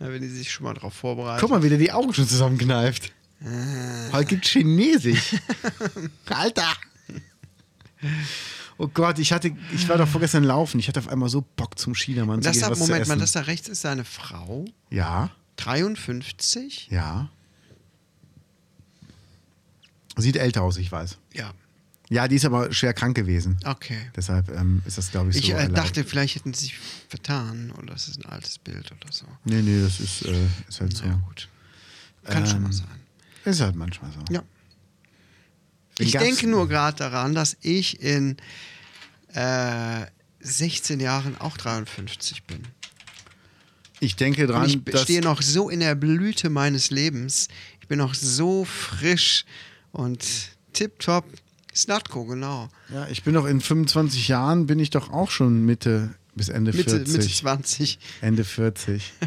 B: Na, wenn die sich schon mal drauf vorbereiten.
A: Guck mal, wie der die Augen schon zusammenkneift.
B: Ah.
A: Heute gibt
B: <laughs>
A: Chinesisch. Alter! Oh Gott, ich hatte, ich war doch vorgestern laufen. Ich hatte auf einmal so Bock zum Schiedermann zu
B: das
A: gehen,
B: da,
A: was zu
B: Moment
A: essen.
B: mal, das da rechts ist seine Frau.
A: ja,
B: 53?
A: ja. Sieht älter aus, ich weiß.
B: Ja,
A: Ja, die ist aber schwer krank gewesen.
B: okay.
A: Deshalb ähm, ist das, glaube ich, so.
B: Ich äh,
A: erlaubt.
B: dachte, vielleicht hätten sie sich vertan oder das ist ein altes Bild oder so.
A: Nee, nee, das ist, äh, ist halt
B: Ja,
A: so.
B: gut. Kann schon mal
A: Ähm,
B: sein.
A: Ist halt manchmal so.
B: Ja.
A: Wen
B: Ich
A: gab's-
B: denke nur gerade daran, dass ich in äh, 16 Jahren auch 53 bin.
A: Ich denke
B: Und
A: dran,
B: ich b-
A: dass
B: stehe noch so in der Blüte meines Lebens. Ich bin noch so frisch und tipptopp. Snatko, genau.
A: Ja, ich bin doch in 25 Jahren, bin ich doch auch schon Mitte bis Ende
B: Mitte,
A: 40.
B: Mitte 20.
A: Ende 40.
B: <laughs>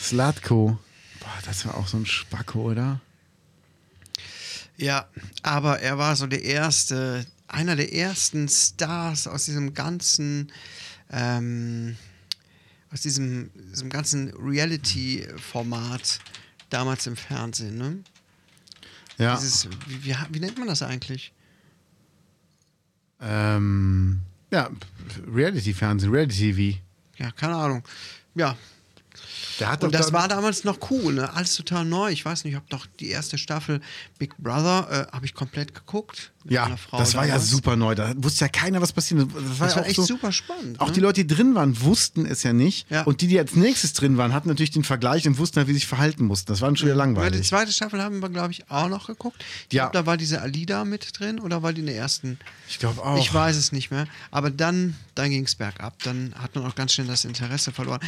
A: Slatko. Boah, das war auch so ein Spacko, oder?
B: Ja, aber er war so der erste, einer der ersten Stars aus diesem ganzen, ähm, aus diesem, diesem ganzen Reality-Format damals im Fernsehen. Ne?
A: Ja.
B: Dieses, wie, wie, wie nennt man das eigentlich?
A: Ähm, ja, Reality-Fernsehen, Reality-TV.
B: Ja, keine Ahnung. Ja,
A: Der hat
B: und
A: doch
B: das
A: da-
B: war damals noch cool, ne? alles total neu. Ich weiß nicht, ich habe doch die erste Staffel Big Brother, äh, habe ich komplett geguckt. mit
A: Ja,
B: meiner Frau
A: das war ja
B: damals.
A: super neu. Da wusste ja keiner, was passiert. Das war,
B: Das
A: ja
B: war
A: auch
B: echt
A: so,
B: super spannend.
A: Auch
B: ne?
A: die Leute, die drin waren, wussten es ja nicht.
B: Ja.
A: Und die, die als nächstes drin waren, hatten natürlich den Vergleich und wussten halt, wie sie sich verhalten mussten. Das war dann schon wieder
B: Ja, Die
A: langweilig.
B: zweite Staffel haben wir, glaube ich, auch noch geguckt. Ich
A: Ja.
B: glaub, da war diese Alida mit drin oder war die in der ersten?
A: Ich glaube auch.
B: Ich weiß es nicht mehr. Aber dann, dann ging es bergab. Dann hat man auch ganz schnell das Interesse verloren.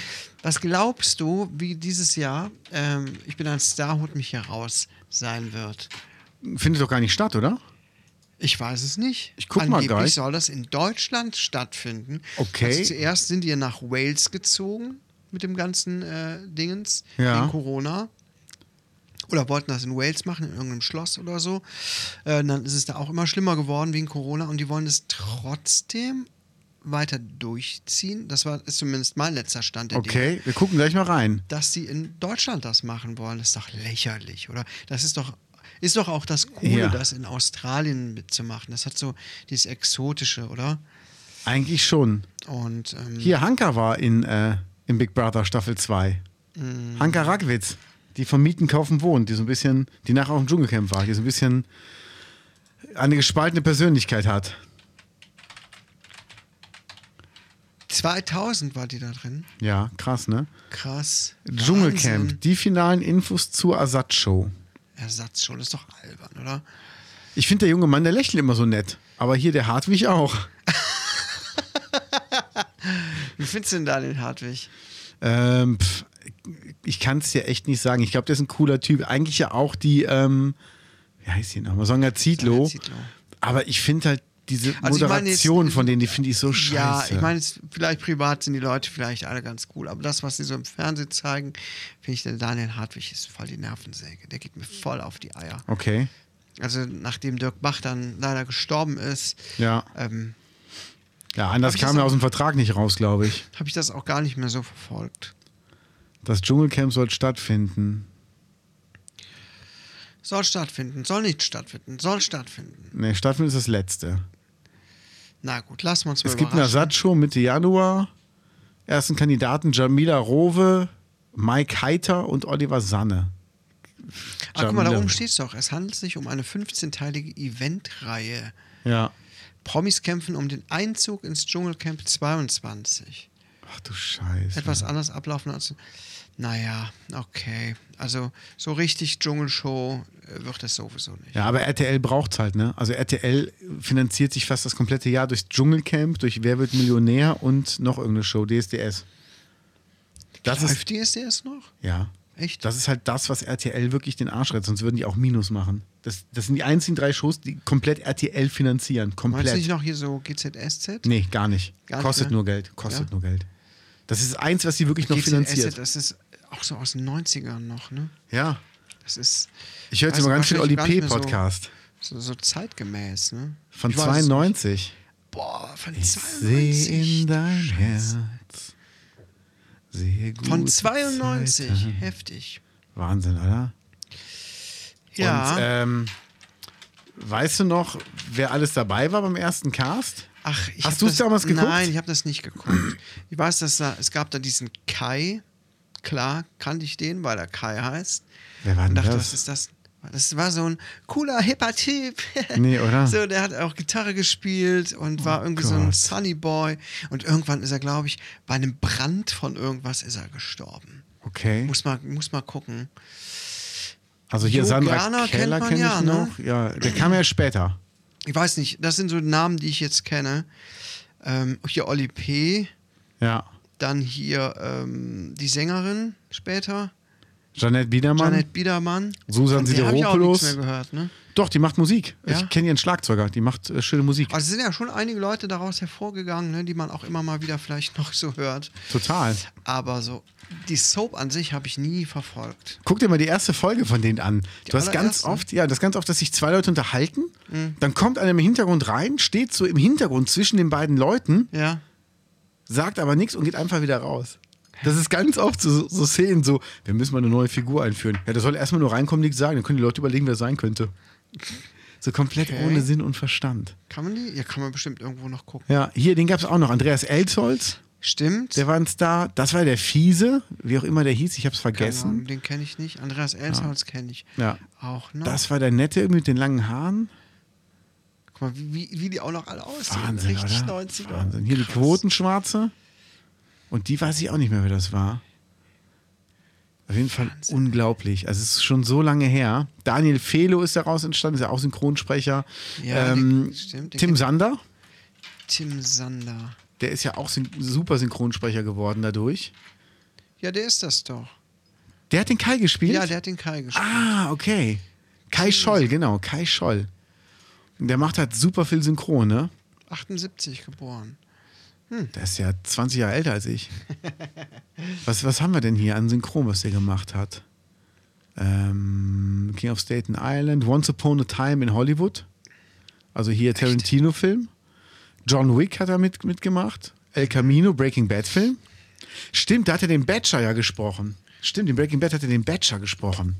B: Was glaubst du, wie dieses Jahr ähm, Ich bin ein Star, holt mich hier raus sein wird?
A: Findet doch gar nicht statt, oder?
B: Ich weiß es nicht.
A: Ich guck mal
B: Angeblich
A: gleich.
B: soll das in Deutschland stattfinden.
A: Okay.
B: Also zuerst sind die ja nach Wales gezogen mit dem ganzen äh, Dingens
A: Ja.
B: wegen Corona. Oder wollten das in Wales machen, in irgendeinem Schloss oder so. Äh, dann ist es da auch immer schlimmer geworden wegen Corona und die wollen es trotzdem weiter durchziehen. Das war ist zumindest mein letzter Stand der Dinge
A: Okay, wir gucken gleich mal rein.
B: dass sie in Deutschland das machen wollen. Das ist doch lächerlich, oder? Das ist doch, ist doch auch das Coole,
A: Ja.
B: das in Australien mitzumachen. Das hat so dieses Exotische, oder?
A: Eigentlich schon.
B: Und ähm,
A: Hier, Hanka war in, äh, in Big Brother Staffel 2. Hanka Ragwitz. die von Mieten kaufen wohnt, die so ein bisschen, die nachher auch im Dschungelcamp war, die so ein bisschen eine gespaltene Persönlichkeit hat.
B: 2000 war die da drin.
A: Ja, krass, ne?
B: Krass. Wahnsinn.
A: Dschungelcamp, die finalen Infos zur Ersatzshow.
B: Ersatzshow, das ist doch albern, oder?
A: Ich finde, der junge Mann, der lächelt immer so nett. Aber hier der Hartwig auch.
B: Wie findest du denn da den Hartwig?
A: Ähm, pff, ich kann es dir echt nicht sagen. Ich glaube, der ist ein cooler Typ. Eigentlich ja auch die, ähm, wie heißt die nochmal? Sonja Zietlow.
B: Sonja Zietlow.
A: Aber ich finde halt diese
B: Also ich meine jetzt-
A: Moderation von denen, die finde ich so scheiße.
B: Ja, ich meine, es- vielleicht privat sind die Leute vielleicht alle ganz cool, aber das, was sie so im Fernsehen zeigen, finde ich, der Daniel Hartwig ist voll die Nervensäge. Der geht mir voll auf die Eier.
A: Okay.
B: Also nachdem Dirk Bach dann leider gestorben ist,
A: Ja.
B: ähm,
A: Ja, anders
B: Hab ich das
A: kam er
B: auch-
A: aus dem Vertrag nicht raus, glaube ich.
B: habe ich das auch gar nicht mehr so verfolgt.
A: Das Dschungelcamp soll stattfinden.
B: Soll stattfinden, soll nicht stattfinden, soll stattfinden.
A: Ne, stattfinden ist das letzte.
B: Na gut, lassen wir uns mal
A: Es gibt eine
B: überraschen.
A: Ersatzshow Mitte Januar. Ersten Kandidaten Jamila Rowe, Mike Heiter und Oliver Sanne.
B: Ah, guck mal, da
A: Jamila.
B: oben steht es doch. Es handelt sich um eine 15-teilige Eventreihe.
A: Ja.
B: Promis kämpfen um den Einzug ins Dschungelcamp 22.
A: Ach du Scheiße.
B: Etwas anders ablaufen als. Naja, okay. Also so richtig Dschungelshow äh, wird das sowieso nicht.
A: Ja, aber RTL braucht's halt, ne? Also RTL finanziert sich fast das komplette Jahr durch Dschungelcamp, durch Wer wird Millionär und noch irgendeine Show, DSDS. Das ist,
B: Läuft die SDS noch?
A: ja,
B: Echt?
A: das ist halt das, was RTL wirklich den Arsch rettet, sonst würden die auch Minus machen. Das, das sind die einzigen drei Shows, die komplett RTL finanzieren.
B: Meinst du nicht
A: Komplett.
B: noch hier so GZSZ?
A: Nee, gar nicht.
B: Gar nicht
A: Kostet
B: mehr?
A: nur Geld. Kostet
B: Ja.
A: nur Geld. Das ist das eins, was die wirklich noch
B: GZSZ,
A: finanziert.
B: das ist auch so aus den 90ern noch, ne?
A: Ja.
B: Das ist
A: Ich höre jetzt
B: Weiß
A: immer ganz viel Oli
B: wahrscheinlich
A: P.
B: gar nicht mehr so.
A: Podcast.
B: so, so zeitgemäß, ne?
A: Von
B: Ich weiß es nicht.
A: 92.
B: Boah, von
A: Ich sehe
B: 92.
A: in dein Herz. Sehe gut.
B: Von 92.
A: Zeiten.
B: Heftig.
A: Wahnsinn, oder?
B: Ja.
A: Und, ähm, weißt du noch, wer alles dabei war beim ersten Cast?
B: Ach, ich
A: hast
B: hab
A: du's
B: das-
A: damals geguckt?
B: Nein, ich habe das nicht geguckt. Ich weiß, dass da, es gab da diesen Kai. Klar, kannte ich den, weil er Kai heißt.
A: Wer war
B: Und
A: denn
B: Ah, dachte,
A: das?
B: was ist das? Das war so ein cooler, hipper Typ.
A: Nee, oder?
B: <laughs>
A: Oh
B: So, der hat auch Gitarre gespielt und war irgendwie so ein
A: Gott.
B: Sunny Boy. Und irgendwann ist er, glaube ich, bei einem Brand von irgendwas ist er gestorben.
A: Okay.
B: Muss mal, muss mal gucken.
A: Also hier
B: Jo
A: Sandra
B: Gerner kennt
A: Keller
B: man
A: kenne
B: ja,
A: ich
B: ne?
A: noch. Ja, der kam ja später.
B: Ich weiß nicht, das sind so Namen, die ich jetzt kenne. Ähm, hier Oli P.,
A: Ja.
B: dann hier ähm, die Sängerin später,
A: Janette Biedermann.
B: Janet Biedermann.
A: Susan
B: Von der hab ich auch
A: Sideropoulos.
B: nichts mehr gehört, ne?
A: Doch, die macht Musik.
B: Ja?
A: Ich kenne ihren Schlagzeuger. Die macht äh, schöne Musik.
B: Also es sind ja schon einige Leute daraus hervorgegangen, ne, die man auch immer mal wieder vielleicht <laughs> noch so hört.
A: Total.
B: Aber so, die Soap an sich habe ich nie verfolgt.
A: Guck dir mal die erste Folge von denen an. Du hast ganz
B: allererste? Mhm.
A: oft, ja, das ganz oft, dass sich zwei Leute unterhalten, dann kommt einer im Hintergrund rein, steht so im Hintergrund zwischen den beiden Leuten,
B: Ja.
A: sagt aber nichts und geht einfach wieder raus. Das ist ganz oft so, so Szenen, so, wir müssen mal eine neue Figur einführen. Ja, der soll erstmal nur reinkommen, nichts sagen, dann können die Leute überlegen, wer es sein könnte. So komplett
B: Okay.
A: ohne Sinn und Verstand.
B: Kann man die? Ja, kann man bestimmt irgendwo noch gucken.
A: Ja, hier, den gab es auch noch. Andreas Elzholz,
B: Stimmt.
A: der war ein Star. Das war der Fiese, wie auch immer der hieß, ich hab's
B: Keine
A: vergessen.
B: Ahnung, Den kenne ich nicht. Andreas Elsholz kenne ich.
A: Ja.
B: Auch noch.
A: Das war der Nette mit den langen Haaren.
B: Guck mal, wie, wie- wie die auch noch alle aussehen.
A: Wahnsinn,
B: ne? Richtig
A: oder?
B: 90er.
A: Wahnsinn. Hier die
B: Krass.
A: Quotenschwarze. Und die weiß ich auch nicht mehr, wer das war. Auf jeden Fall unglaublich. Also es ist schon so lange her. Daniel Felo ist daraus entstanden, ist ja auch Synchronsprecher.
B: Ja,
A: ähm,
B: den- stimmt, den
A: Tim
B: kennt-
A: Sander,
B: Tim Sander.
A: der ist ja auch syn super Synchronsprecher geworden dadurch.
B: Ja, der ist das doch.
A: Der hat den Kai gespielt?
B: Ja, der hat den Kai gespielt.
A: ah, okay. Kai Scholl, genau, Kai Scholl. Und Der macht halt super viel Synchron, ne?
B: 78 geboren.
A: Der ist ja 20 Jahre älter als ich. Was, was haben wir denn hier an Synchron, was der gemacht hat? Ähm, King of Staten Island, Once Upon a Time in Hollywood. Also hier Tarantino-Film. John Wick hat er mit, mitgemacht. El Camino, Breaking Bad-Film. Stimmt, da hat er den Batcher ja gesprochen. Stimmt, in Breaking Bad hat er den Batcher gesprochen.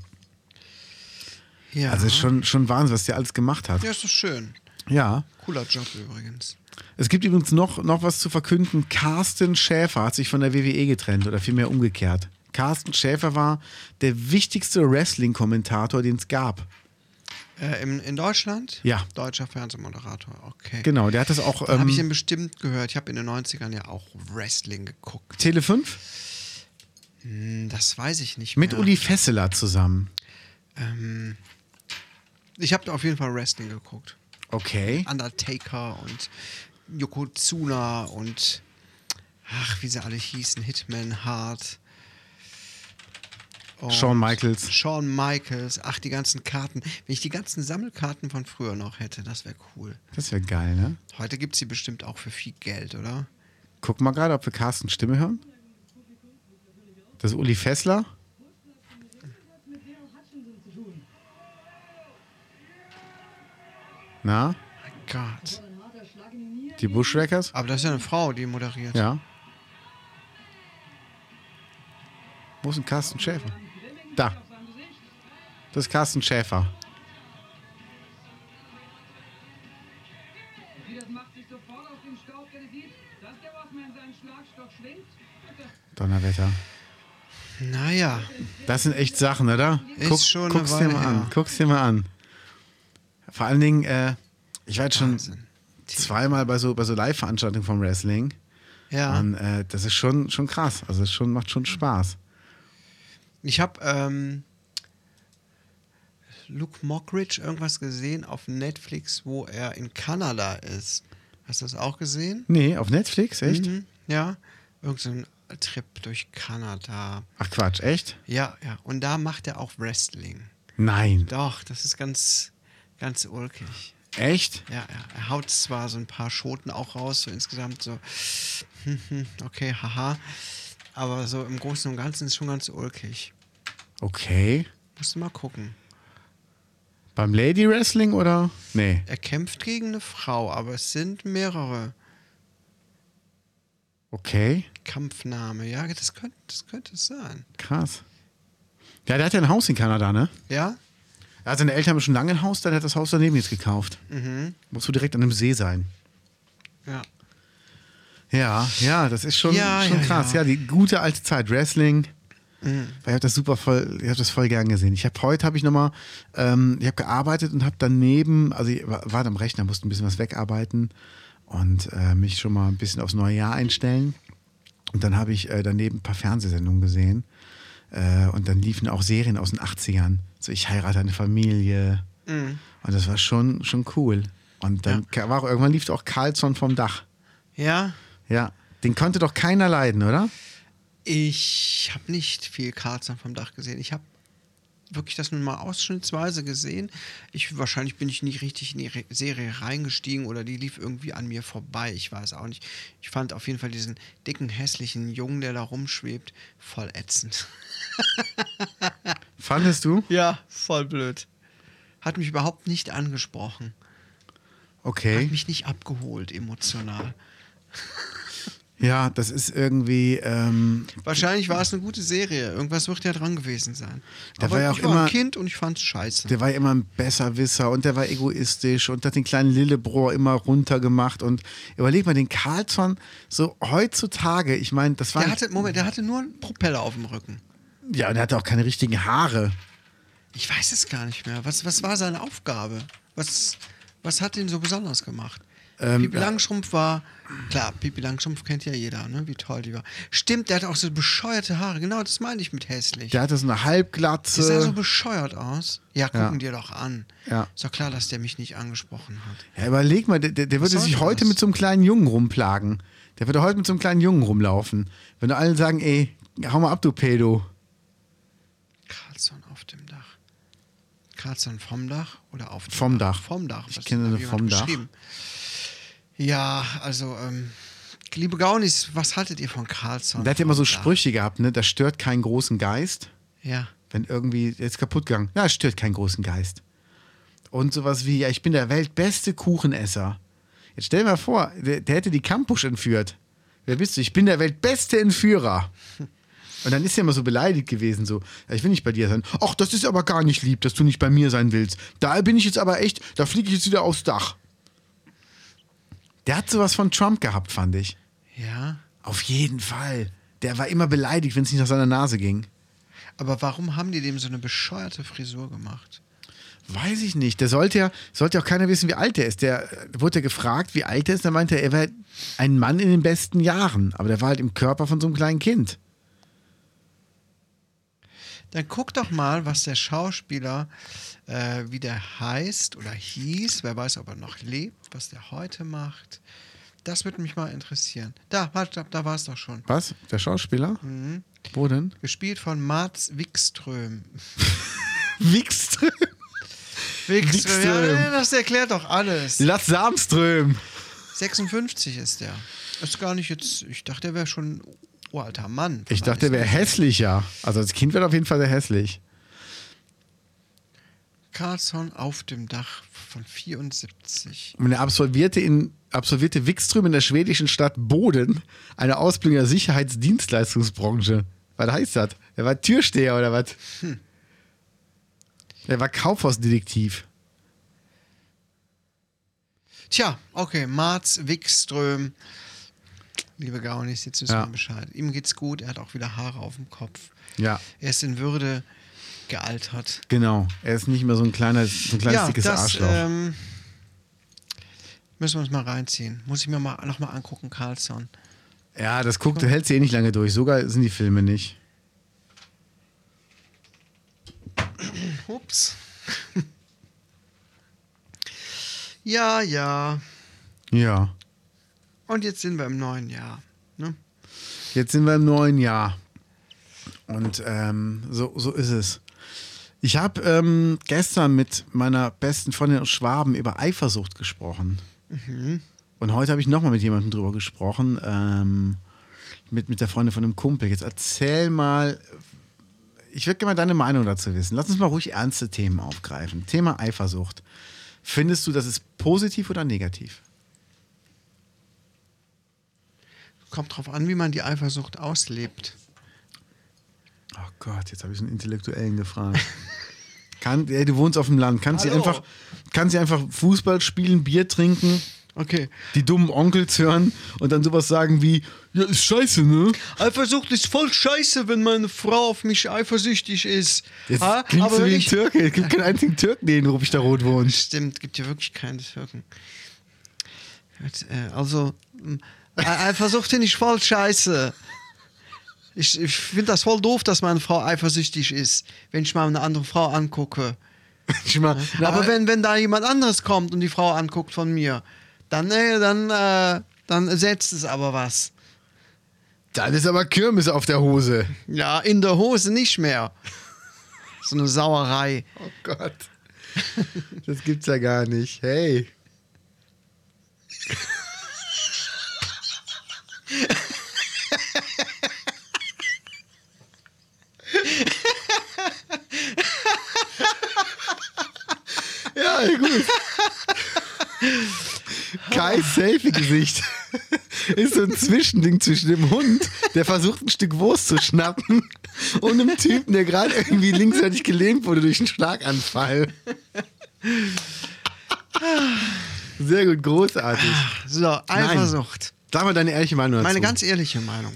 B: Ja.
A: Also ist schon, schon Wahnsinn, was der alles gemacht hat.
B: ja, ist doch schön.
A: Ja.
B: Cooler Job übrigens.
A: Es gibt übrigens noch, noch was zu verkünden. Carsten Schäfer hat sich von der WWE getrennt oder E vielmehr umgekehrt. Carsten Schäfer war der wichtigste Wrestling-Kommentator, den es gab.
B: Äh, in, in Deutschland?
A: Ja.
B: Deutscher Fernsehmoderator, okay.
A: Genau, der hat das auch.
B: Habe ich
A: Ähm,
B: ihn bestimmt gehört. Ich habe in den 90ern ja auch Wrestling geguckt.
A: Tele 5
B: Hm, Das weiß ich nicht
A: mit
B: mehr.
A: Uli Fesseler zusammen.
B: Ähm, ich habe auf jeden Fall Wrestling geguckt.
A: Okay.
B: Undertaker und Yokozuna und ach, wie sie alle hießen, Hitman Hart. Und
A: Shawn Michaels.
B: Shawn Michaels, ach, die ganzen Karten. Wenn ich die ganzen Sammelkarten von früher noch hätte, das wäre cool.
A: Das wäre geil, ne?
B: Heute gibt es die bestimmt auch für viel Geld, oder?
A: Guck mal gerade, ob wir Carsten Stimme hören. Das ist Uli Fessler. Na,
B: Mein Gott.
A: die Bushwreckers?
B: Aber das ist ja eine Frau, die moderiert.
A: Ja. Wo ist denn Carsten Schäfer? Da. Das ist Carsten Schäfer.
D: Silas macht sich sofort aus dem Staub, wenn er sieht, dass der Bossman seinen Schlagstock schwingt.
A: Donnerwetter.
B: Naja,
A: Das sind echt Sachen, oder?
B: Ist schon eine
A: guck's dir
B: Weile
A: mal
B: her.
A: an. Guck's dir mal an. Vor allen Dingen, äh, ich war jetzt schon
B: Wahnsinn.
A: zweimal bei so, bei so Live-Veranstaltungen vom Wrestling.
B: ja.
A: Und, äh, das ist schon, schon krass. Also es schon, macht schon Spaß.
B: Ich habe ähm, Luke Mockridge irgendwas gesehen auf Netflix, wo er in Kanada ist. Hast du das auch gesehen?
A: Nee, auf Netflix, echt?
B: Mhm, ja. Irgend so ein Trip durch Kanada.
A: Ach Quatsch, echt?
B: Ja, ja. Und da macht er auch Wrestling.
A: Nein.
B: Doch, das ist ganz, ganz ulkig.
A: Echt?
B: Ja, ja. Er haut zwar so ein paar Schoten auch raus, so insgesamt so, <laughs> hm, hm, okay, haha. Aber so im Großen und Ganzen ist schon ganz ulkig.
A: Okay.
B: Musst du mal gucken.
A: Beim Lady Wrestling oder? Nee.
B: Er kämpft gegen eine Frau, aber es sind mehrere
A: Okay.
B: Kampfname. Ja, das könnte, das könnte es sein.
A: Krass. Ja, der hat ja ein Haus in Kanada, ne?
B: Ja?
A: Also seine Eltern haben schon lange ein Haus, dann hat er das Haus daneben jetzt gekauft.
B: Mhm.
A: Musst du direkt an einem See sein.
B: Ja.
A: Ja, ja, das ist schon,
B: Ja,
A: schon
B: ja,
A: krass. Ja.
B: ja. Mhm.
A: die gute alte Zeit, Wrestling. Ich habe das super voll, ich habe das voll gern gesehen. Ich habe heute habe ich nochmal, ähm, ich habe gearbeitet und habe daneben, also ich war, war am Rechner, musste ein bisschen was wegarbeiten und äh, mich schon mal ein bisschen aufs neue Jahr einstellen. Und dann habe ich äh, daneben ein paar Fernsehsendungen gesehen. Äh, und dann liefen auch Serien aus den 80ern. So, ich heirate eine Familie.
B: Mhm.
A: Und das war schon, schon cool. Und dann ka- war auch, irgendwann lief auch Carlson vom Dach.
B: Ja?
A: Ja, den konnte doch keiner leiden, oder?
B: Ich habe nicht viel Karlsson vom Dach gesehen. Ich habe wirklich das nur mal ausschnittsweise gesehen. Ich, wahrscheinlich bin ich nie richtig in die Re Serie reingestiegen oder die lief irgendwie an mir vorbei. Ich weiß auch nicht. Ich fand auf jeden Fall diesen dicken, hässlichen Jungen, der da rumschwebt, voll ätzend.
A: Fandest du?
B: Ja, voll blöd. Hat mich überhaupt nicht angesprochen.
A: Okay.
B: Hat mich nicht abgeholt emotional.
A: Ja, das ist irgendwie. Ähm,
B: Wahrscheinlich war es eine gute Serie. Irgendwas wird ja dran gewesen sein.
A: Da
B: Aber
A: war ja auch
B: ich war
A: immer-
B: ein Kind und ich fand's scheiße.
A: der war ja immer ein Besserwisser und der war egoistisch und hat den kleinen Lillebrohr immer runtergemacht. Und überleg mal, den Carlson, so heutzutage, ich meine, das war.
B: Der hatte, Moment, der hatte nur einen Propeller auf dem Rücken.
A: ja, und er hatte auch keine richtigen Haare.
B: Ich weiß es gar nicht mehr. Was, was war seine Aufgabe? Was, was hat ihn so besonders gemacht?
A: Ähm,
B: Pipi Langschrumpf war, klar, Pipi Langschrumpf kennt ja jeder, ne? wie toll die war. Stimmt, der hat auch so bescheuerte Haare. Genau, das meine ich mit hässlich.
A: Der hatte so eine
B: Die sah so
A: Halbglatze.
B: bescheuert aus. Ja, gucken dir doch an.
A: Ja.
B: Ist doch klar, dass der mich nicht angesprochen hat.
A: Ja, überleg mal, der, der, der würde
B: soll
A: sich
B: denn
A: heute
B: das?
A: mit so einem kleinen Jungen rumplagen. Der würde heute mit so einem kleinen Jungen rumlaufen. Wenn du allen sagen, ey, hau mal ab, du Pedo.
B: Karlsson auf dem Dach. Karlsson vom Dach oder auf dem
A: Vom Dach.
B: Vom Dach.
A: Ich
B: Was
A: kenne
B: hat
A: nur
B: jemand
A: vom Dach.
B: geschrieben? Ja, also, ähm, liebe Gaunis, was haltet ihr von Karlsson?
A: Der hat ja immer
B: vom
A: so
B: Dach?
A: Sprüche gehabt, ne? Das stört keinen großen Geist.
B: Ja.
A: Wenn irgendwie jetzt kaputt gegangen. Ja, es stört keinen großen Geist. Und sowas wie, ja, ich bin der weltbeste Kuchenesser. Jetzt stell dir mal vor, der, der hätte die Campusch entführt. Wer bist du? Ich bin der weltbeste Entführer. Und dann ist er immer so beleidigt gewesen, so, ja, ich will nicht bei dir sein. Ach, das ist aber gar nicht lieb, dass du nicht bei mir sein willst. Da bin ich jetzt aber echt, da fliege ich jetzt wieder aufs Dach. Der hat sowas von Trump gehabt, fand ich.
B: Ja.
A: Auf jeden Fall. Der war immer beleidigt, wenn es nicht nach seiner Nase ging.
B: Aber warum haben die dem so eine bescheuerte Frisur gemacht?
A: Weiß ich nicht. Der sollte ja, sollte auch keiner wissen, wie alt er ist. Der äh, wurde ja gefragt, wie alt er ist. Da meinte er, er war ein Mann in den besten Jahren. Aber der war halt im Körper von so einem kleinen Kind.
B: Dann guck doch mal, was der Schauspieler, äh, wie der heißt oder hieß. Wer weiß, ob er noch lebt, was der heute macht. Das würde mich mal interessieren. Da, warte, da, da war es doch schon.
A: Was? Der Schauspieler? Wo denn?
B: Gespielt von Mats Wikström.
A: Wikström.
B: Wikström,
A: Wikström.
B: Ja, das erklärt doch alles.
A: Lars Samström.
B: 56 ist der. Ist gar nicht jetzt. Ich dachte, er wäre schon ein uralter Mann.
A: Ich dachte, er wäre hässlicher. Also als Kind wäre er auf jeden Fall sehr hässlich.
B: Carlson auf dem Dach von 74.
A: Und er absolvierte, in, absolvierte Wikström in der schwedischen Stadt Boden eine Ausbildung in der Sicherheitsdienstleistungsbranche. Was heißt das? Er war Türsteher oder was? Er war Kaufhausdetektiv.
B: Tja, okay, Marz Wikström. Liebe Gaunis, jetzt wissen
A: Ja.
B: wir Bescheid. Ihm geht's gut, er hat auch wieder Haare auf dem Kopf.
A: Ja,
B: Er ist in Würde gealtert.
A: genau. Er ist nicht mehr so ein, kleiner, so ein kleines
B: ja,
A: dickes
B: das
A: Arschloch.
B: ähm, müssen wir uns mal reinziehen. Muss ich mir mal nochmal angucken, Carlson.
A: ja, das guckt, hält sie eh nicht lange durch. Sogar sind die Filme nicht.
B: Ups. <laughs> ja, ja.
A: Ja.
B: Und jetzt sind wir im neuen Jahr. Ne?
A: Jetzt sind wir im neuen Jahr. Und ähm, so, so ist es. Ich habe ähm, gestern mit meiner besten Freundin aus Schwaben über Eifersucht gesprochen. Und heute habe ich nochmal mit jemandem drüber gesprochen. Ähm, mit, mit der Freundin von einem Kumpel. Jetzt erzähl mal, ich würde gerne mal deine Meinung dazu wissen. Lass uns mal ruhig ernste Themen aufgreifen. Thema Eifersucht. Findest du, das ist positiv oder negativ?
B: Kommt drauf an, wie man die Eifersucht auslebt.
A: Oh Gott, jetzt habe ich so einen Intellektuellen gefragt. <laughs> Kann, ey, du wohnst auf dem Land, kannst sie
B: Hallo.
A: einfach, kannst sie einfach Fußball spielen, Bier trinken,
B: Okay.
A: die dummen Onkels hören und dann sowas sagen wie, ja, ist scheiße, ne?
B: Eifersucht ist voll scheiße, wenn meine Frau auf mich eifersüchtig ist.
A: Jetzt
B: Ha?
A: klingst
B: Aber
A: du
B: wenn
A: wie ein
B: ich-
A: Türke. Es gibt keinen einzigen Türken, den rufe ich da rot <laughs> wohnt.
B: Stimmt, gibt ja wirklich keine Türken. Gut, äh, Also, mh, E- Eifersucht finde ich voll scheiße. Ich, ich finde das voll doof, dass meine Frau eifersüchtig ist, wenn ich mal eine andere Frau angucke.
A: Ich mal, na,
B: Aber wenn, wenn da jemand anderes kommt und die Frau anguckt von mir, dann, äh, dann, äh, dann setzt es aber was.
A: Dann ist aber Kirmes auf der Hose.
B: Ja, in der Hose nicht mehr. So eine Sauerei.
A: Oh Gott. Das gibt's ja gar nicht. Hey. Ja, gut. Kai Selfie-Gesicht ist so ein Zwischending zwischen dem Hund, der versucht, ein Stück Wurst zu schnappen, und einem Typen, der gerade irgendwie linksseitig gelähmt wurde durch einen Schlaganfall. Sehr gut, großartig.
B: So, Eifersucht.
A: Sag mal deine ehrliche Meinung dazu.
B: Meine ganz ehrliche Meinung.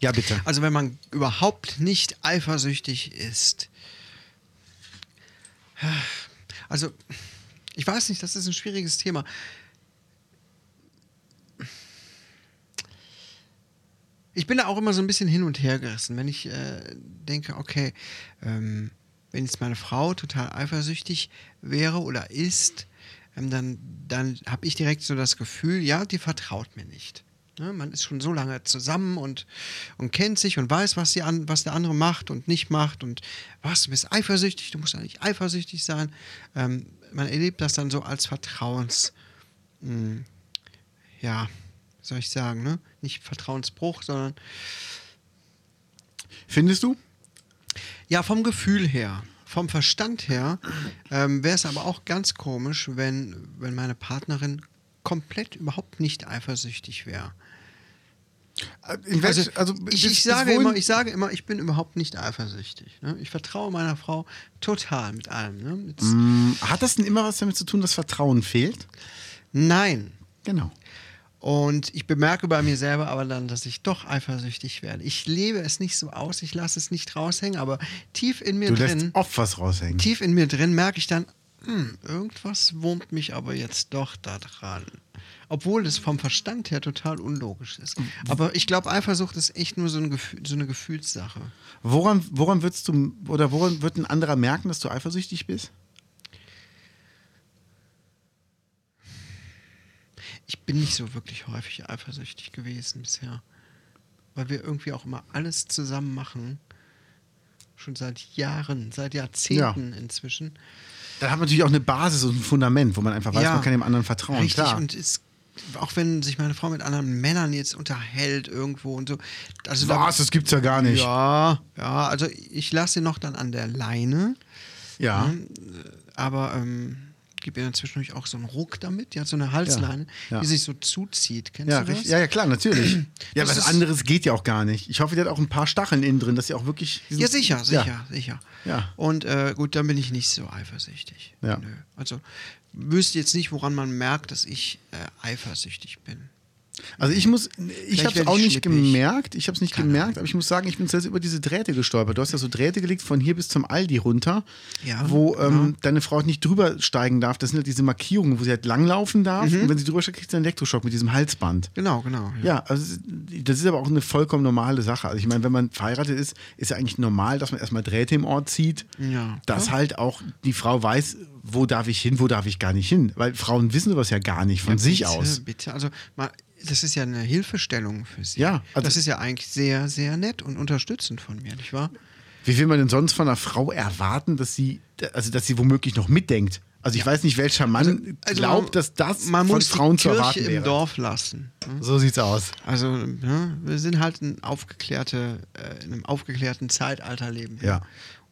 A: ja, bitte.
B: Also wenn man überhaupt nicht eifersüchtig ist. Also, ich weiß nicht, das ist ein schwieriges Thema. Ich bin da auch immer so ein bisschen hin und her gerissen, wenn ich äh, denke, okay, ähm, wenn jetzt meine Frau total eifersüchtig wäre oder ist, ähm, dann, dann habe ich direkt so das Gefühl, ja, die vertraut mir nicht. Ne? Man ist schon so lange zusammen und, und kennt sich und weiß, was, die an, was der andere macht und nicht macht und was, du bist eifersüchtig, du musst ja nicht eifersüchtig sein. Ähm, man erlebt das dann so als Vertrauens ja, wie soll ich sagen, ne? Nicht Vertrauensbruch, sondern
A: Findest du?
B: ja, vom Gefühl her, vom Verstand her, ähm, wäre es aber auch ganz komisch, wenn, wenn meine Partnerin komplett überhaupt nicht eifersüchtig wäre.
A: In welch-
B: Also, ich,
A: bis-
B: ich,
A: bis
B: sage
A: wohin-
B: immer, ich sage immer, ich bin überhaupt nicht eifersüchtig. Ne? Ich vertraue meiner Frau total mit allem. Ne? Mit-
A: Mhm. Hm, Mm, Hat das denn immer was damit zu tun, dass Vertrauen fehlt?
B: Nein.
A: Genau.
B: Und ich bemerke bei mir selber aber dann, dass ich doch eifersüchtig werde. Ich lebe es nicht so aus, ich lasse es nicht raushängen, aber tief in mir
A: Du
B: drin.
A: lässt oft was raushängen.
B: tief in mir drin merke ich dann, hm, irgendwas wurmt mich aber jetzt doch da dran. Obwohl es vom Verstand her total unlogisch ist.
A: Mhm.
B: Aber ich glaube, Eifersucht ist echt nur so, ein Gefühl, so eine Gefühlssache.
A: Woran, woran würdest du, oder woran wird ein anderer merken, dass du eifersüchtig bist?
B: Ich bin nicht so wirklich häufig eifersüchtig gewesen bisher. Weil wir irgendwie auch immer alles zusammen machen. Schon seit Jahren, seit Jahrzehnten inzwischen.
A: Dann hat man natürlich auch eine Basis und ein Fundament, wo man einfach weiß,
B: Ja.
A: man kann dem anderen vertrauen.
B: Richtig,
A: Klar.
B: und ist, auch wenn sich meine Frau mit anderen Männern jetzt unterhält irgendwo und so. Also da-
A: was, das gibt's ja gar nicht.
B: Ja, ja, also ich lasse sie noch dann an der Leine,
A: Ja.
B: Hm, aber ähm, gebe ihr dann zwischendurch auch so einen Ruck damit. Die hat so eine Halsleine,
A: Ja, ja.
B: die sich so zuzieht. Kennst
A: Ja,
B: du das?
A: richtig. ja, ja, klar,
B: <clears throat>
A: natürlich. ja,
B: Das
A: was
B: ist-
A: anderes geht ja auch gar nicht. Ich hoffe, der hat auch ein paar Stacheln innen drin, dass sie auch wirklich. diesen-
B: Ja, sicher, sicher,
A: Ja.
B: sicher.
A: Ja.
B: Und äh, gut, dann bin ich nicht so eifersüchtig.
A: Ja.
B: Nö. Also wüsste jetzt nicht, woran man merkt, dass ich äh, eifersüchtig bin.
A: Also ich muss, ich
B: Vielleicht
A: habe es
B: werd
A: auch
B: ich
A: nicht
B: schnippig.
A: gemerkt, ich habe es nicht gemerkt, aber ich muss sagen, ich bin selbst über diese Drähte gestolpert. Du hast ja so Drähte gelegt von hier bis zum Aldi runter,
B: Ja,
A: wo ähm, deine Frau nicht drüber steigen darf. Das sind halt diese Markierungen, wo sie halt langlaufen darf
B: Mhm.
A: und wenn sie drüber steigt, kriegt sie einen Elektroschock mit diesem Halsband.
B: Genau, genau.
A: Ja, also das ist aber auch eine vollkommen normale Sache. Also ich meine, wenn man verheiratet ist, ist ja eigentlich normal, dass man erstmal Drähte im Ort zieht.
B: Ja.
A: Dass halt auch die Frau weiß, wo darf ich hin, wo darf ich gar nicht hin. Weil Frauen wissen sowas ja gar nicht von sich
B: bitte,
A: aus.
B: Bitte, also mal, das ist ja eine Hilfestellung für Sie.
A: Ja, also-
B: das ist ja eigentlich sehr, sehr nett und unterstützend von mir, nicht wahr?
A: Wie will man denn sonst von einer Frau erwarten, dass sie, also dass sie womöglich noch mitdenkt? Also ich weiß nicht, welcher Mann glaubt, dass das
B: also man
A: von
B: muss
A: Frauen
B: die
A: zu
B: Kirche
A: erwarten
B: im
A: wäre.
B: Dorf lassen. ne?
A: So sieht's aus.
B: Also ne, wir sind halt ein aufgeklärte, äh, in einem aufgeklärten Zeitalter leben. wir.
A: Ja.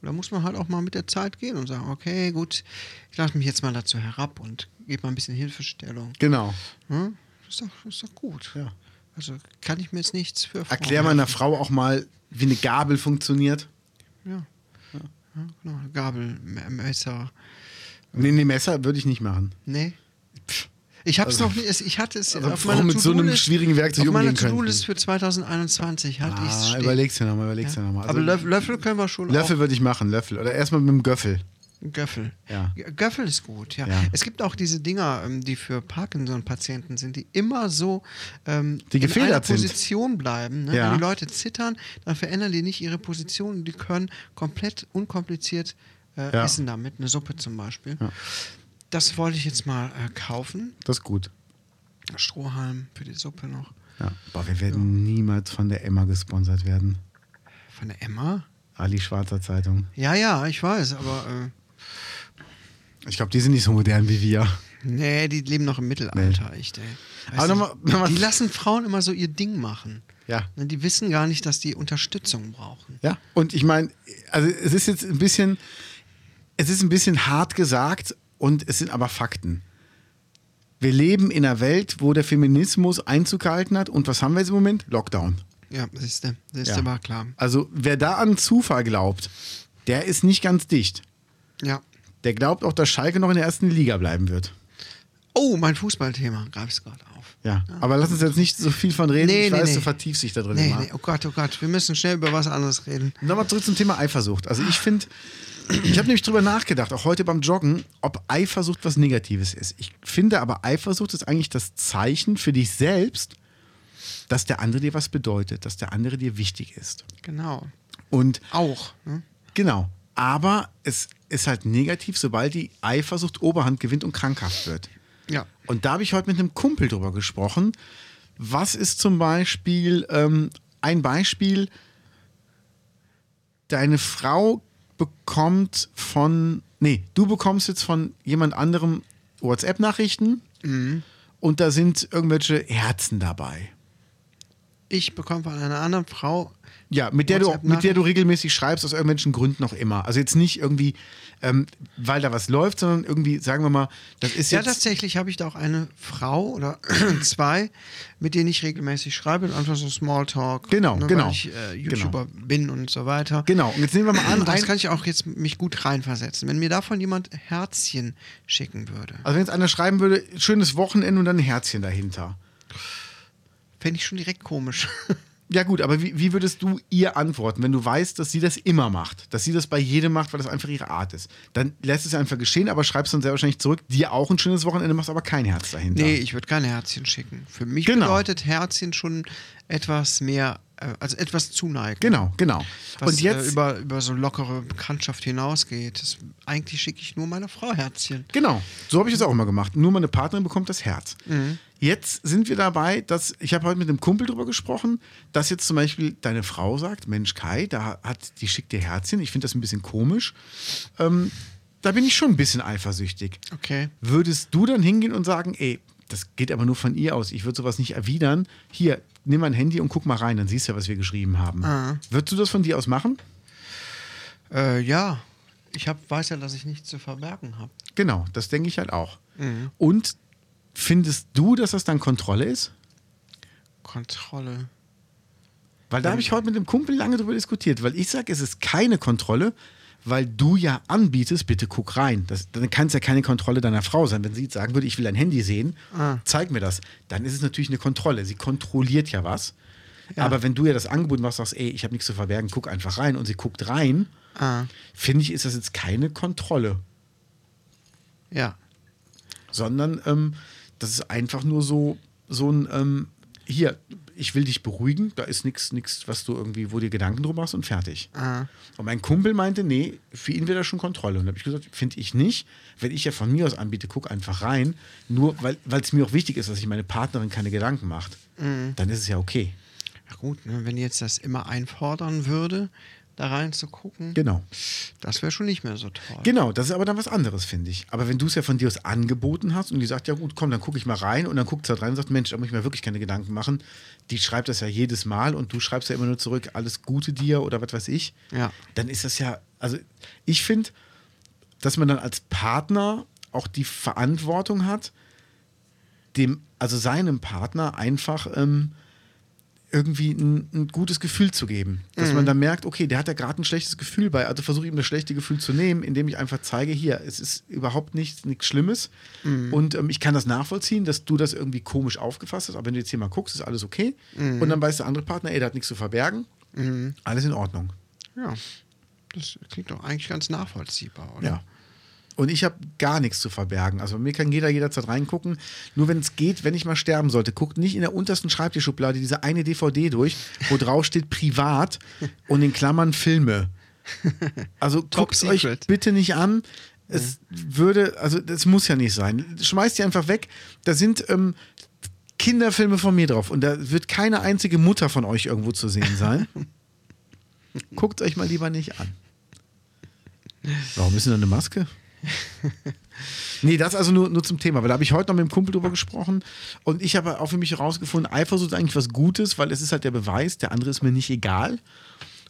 B: Und da muss man halt auch mal mit der Zeit gehen und sagen, okay, gut, ich lasse mich jetzt mal dazu herab und gebe mal ein bisschen Hilfestellung.
A: Genau.
B: Ne? Das ist doch, ist doch gut.
A: Ja.
B: Also kann ich mir jetzt nichts für
A: Erklär mal einer
B: vorwerfen.
A: Frau auch mal, wie eine Gabel funktioniert.
B: Ja. ja. Genau. Gabel, M- Messer.
A: Nee, nee, Messer würde ich nicht machen.
B: Nee. Ich hab's
A: Also-
B: noch nicht. Ich hatte es
A: Also
B: auf
A: Frauen
B: meiner
A: mit so einem
B: To-Do-List-
A: schwierigen Werkzeug
B: Auf meiner
A: umgehen könnten.
B: To-Do-List für 2021 hatte ich's
A: Ah,
B: stehen.
A: überleg's dir nochmal, überleg's dir nochmal.
B: Aber Löff- Löffel können wir schon
A: Also Löffel würde ich machen, Löffel. Oder erstmal mit dem Göffel.
B: auch. Göffel.
A: Ja.
B: G- Göffel ist gut, ja.
A: Ja.
B: Es gibt auch diese Dinger, ähm, die für Parkinson-Patienten sind, die immer so ähm,
A: Die
B: in einer
A: gefedert sind.
B: Position bleiben. Ne?
A: Ja.
B: Wenn die Leute zittern, dann verändern die nicht ihre Position und die können komplett unkompliziert äh,
A: Ja.
B: essen damit, eine Suppe zum Beispiel. Das wollte ich jetzt mal äh, kaufen.
A: Das ist gut.
B: Strohhalm für die Suppe noch.
A: Ja. Boah, wir werden niemals von der Emma gesponsert werden.
B: Von der Emma?
A: Ali Schwarzer Zeitung.
B: Ja, ja, ich weiß, aber äh,
A: Ich glaube, die sind nicht so modern wie wir.
B: äh, nee, die leben noch im Mittelalter, echt, ey. Weißt
A: Aber
B: du,
A: nochmal- nochmal-
B: die lassen Frauen immer so ihr Ding machen.
A: Ja.
B: Ne, Die wissen gar nicht, dass die Unterstützung brauchen.
A: Ja. Und ich meine, also es ist jetzt ein bisschen, es ist ein bisschen hart gesagt und es sind aber Fakten. Wir leben in einer Welt, wo der Feminismus Einzug gehalten hat und was haben wir jetzt im Moment? Lockdown.
B: Ja, siehste, siehste,
A: Ja.
B: war klar.
A: Also wer da an Zufall glaubt, der ist nicht ganz dicht.
B: Ja.
A: Der glaubt auch, dass Schalke noch in der ersten Liga bleiben wird.
B: Oh, mein Fußballthema greif es gerade auf.
A: Ja, aber lass uns jetzt nicht so viel von reden.
B: Ah. Nee,
A: ich
B: nee,
A: weiß, du
B: nee.
A: vertiefst dich da drin
B: Nee,
A: immer.
B: nee, oh Gott, oh Gott, wir müssen schnell über was anderes reden.
A: Nochmal zurück zum Thema Eifersucht. Also ich finde, ich habe nämlich drüber nachgedacht, auch heute beim Joggen, ob Eifersucht was Negatives ist. Ich finde aber, Eifersucht ist eigentlich das Zeichen für dich selbst, dass der andere dir was bedeutet, dass der andere dir wichtig ist.
B: Genau.
A: Und
B: Auch. Ne?
A: genau, aber es ist halt negativ, sobald die Eifersucht Oberhand gewinnt und krankhaft wird.
B: Ja.
A: Und da habe ich heute mit einem Kumpel drüber gesprochen. Was ist zum Beispiel ähm, ein Beispiel? Deine Frau bekommt von, nee, du bekommst jetzt von jemand anderem WhatsApp-Nachrichten und da sind irgendwelche Herzen dabei.
B: Ich bekomme von einer anderen Frau
A: Ja, mit der, du,
B: WhatsApp-Nachricht.
A: mit der du regelmäßig schreibst, aus irgendwelchen Gründen auch immer. Also jetzt nicht irgendwie, ähm, weil da was läuft, sondern irgendwie, sagen wir mal, das ist
B: Ja,
A: jetzt...
B: tatsächlich habe ich da auch eine Frau oder <clears throat> zwei, mit denen ich regelmäßig schreibe und einfach so Smalltalk.
A: Genau,
B: ne,
A: genau.
B: Weil ich äh, YouTuber bin und so weiter.
A: genau, und jetzt nehmen wir mal an,
B: Das
A: ein,
B: kann ich auch jetzt mich gut reinversetzen. Wenn mir davon jemand Herzchen schicken würde.
A: Also wenn jetzt einer schreiben würde, schönes Wochenende und dann ein Herzchen dahinter.
B: Fände ich schon direkt komisch. <laughs>
A: Ja, gut, aber wie, wie würdest du ihr antworten, wenn du weißt, dass sie das immer macht? Dass sie das bei jedem macht, weil das einfach ihre Art ist. Dann lässt es einfach geschehen, aber schreibst dann sehr wahrscheinlich zurück, dir auch ein schönes Wochenende, machst aber kein Herz dahinter.
B: Nee, ich würde kein Herzchen schicken. Für mich
A: Genau.
B: bedeutet Herzchen schon etwas mehr, äh, also etwas Zuneigung.
A: Genau, genau.
B: Was
A: Und jetzt.
B: äh, über, über so lockere Bekanntschaft hinausgeht. Das, eigentlich schicke ich nur meiner Frau Herzchen.
A: Genau, so habe ich es auch immer gemacht. Nur meine Partnerin bekommt das Herz. Jetzt sind wir dabei, dass ich habe heute mit einem Kumpel drüber gesprochen, dass jetzt zum Beispiel deine Frau sagt, Mensch Kai, da hat die schickt dir Herzchen. Ich finde das ein bisschen komisch. Ähm, da bin ich schon ein bisschen eifersüchtig.
B: Okay.
A: Würdest du dann hingehen und sagen, ey, das geht aber nur von ihr aus. Ich würde sowas nicht erwidern. Hier, nimm mein Handy und guck mal rein, dann siehst du ja, was wir geschrieben haben.
B: Ah.
A: Würdest du das von dir aus machen?
B: Äh, ja, ich hab, weiß ja, dass ich nichts zu verbergen habe.
A: Genau, das denke ich halt auch. Und findest du, dass das dann Kontrolle ist?
B: Kontrolle.
A: Weil da habe ich heute mit dem Kumpel lange drüber diskutiert, weil ich sage, es ist keine Kontrolle, weil du ja anbietest, bitte guck rein. Das, dann kann es ja keine Kontrolle deiner Frau sein. Wenn sie jetzt sagen würde, ich will dein Handy sehen, zeig mir das, dann ist es natürlich eine Kontrolle. Sie kontrolliert ja was. Aber wenn du ja das Angebot machst, sagst, ey, ich habe nichts zu verbergen, guck einfach rein und sie guckt rein,
B: Ah,
A: finde ich, ist das jetzt keine Kontrolle,
B: ja.
A: sondern ähm, das ist einfach nur so, so ein, ähm, hier, ich will dich beruhigen, da ist nichts, nichts, was du irgendwie, wo dir Gedanken drum machst und fertig.
B: Ah.
A: Und mein Kumpel meinte, nee, für ihn wäre das schon Kontrolle. Und da habe ich gesagt, finde ich nicht. Wenn ich ja von mir aus anbiete, guck einfach rein. Nur weil es mir auch wichtig ist, dass sich meine Partnerin keine Gedanken macht, dann ist es ja okay.
B: Na gut, ne, wenn die jetzt das immer einfordern würde, da reinzugucken,
A: Genau.
B: das wäre schon nicht mehr so toll.
A: Genau, das ist aber dann was anderes, finde ich. Aber wenn du es ja von dir aus angeboten hast und die sagt, ja gut, komm, dann gucke ich mal rein und dann guckt sie halt rein und sagt, Mensch, da muss ich mir wirklich keine Gedanken machen. Die schreibt das ja jedes Mal und du schreibst ja immer nur zurück, alles Gute dir oder was weiß ich.
B: Ja.
A: Dann ist das ja, also ich finde, dass man dann als Partner auch die Verantwortung hat, dem, also seinem Partner einfach ähm, irgendwie ein, ein gutes Gefühl zu geben. Dass man dann merkt, okay, der hat ja gerade ein schlechtes Gefühl bei, also versuche ich ihm das schlechte Gefühl zu nehmen, indem ich einfach zeige, hier, es ist überhaupt nichts, nichts Schlimmes und ähm, ich kann das nachvollziehen, dass du das irgendwie komisch aufgefasst hast, aber wenn du jetzt hier mal guckst, ist alles okay und dann weiß der andere Partner, ey, der hat nichts zu verbergen, alles in Ordnung.
B: Ja. Das klingt doch eigentlich ganz nachvollziehbar, oder?
A: Ja. Und ich habe gar nichts zu verbergen. Also bei mir kann jeder jederzeit reingucken. Nur wenn es geht, wenn ich mal sterben sollte, guckt nicht in der untersten Schreibtischschublade diese eine DVD durch, wo drauf steht privat und in Klammern Filme. Also
B: Top
A: guckt euch
B: secret.
A: bitte nicht an. Es würde, also das muss ja nicht sein. Schmeißt die einfach weg. Da sind ähm, Kinderfilme von mir drauf und da wird keine einzige Mutter von euch irgendwo zu sehen
B: <laughs>
A: sein. Guckt euch mal lieber nicht an. Warum ist denn da eine Maske?
B: <laughs>
A: Nee, das also nur, nur zum Thema, weil da habe ich heute noch mit dem Kumpel drüber gesprochen und ich habe auch für mich herausgefunden, Eifersucht ist eigentlich was Gutes, weil es ist halt der Beweis, der andere ist mir nicht egal.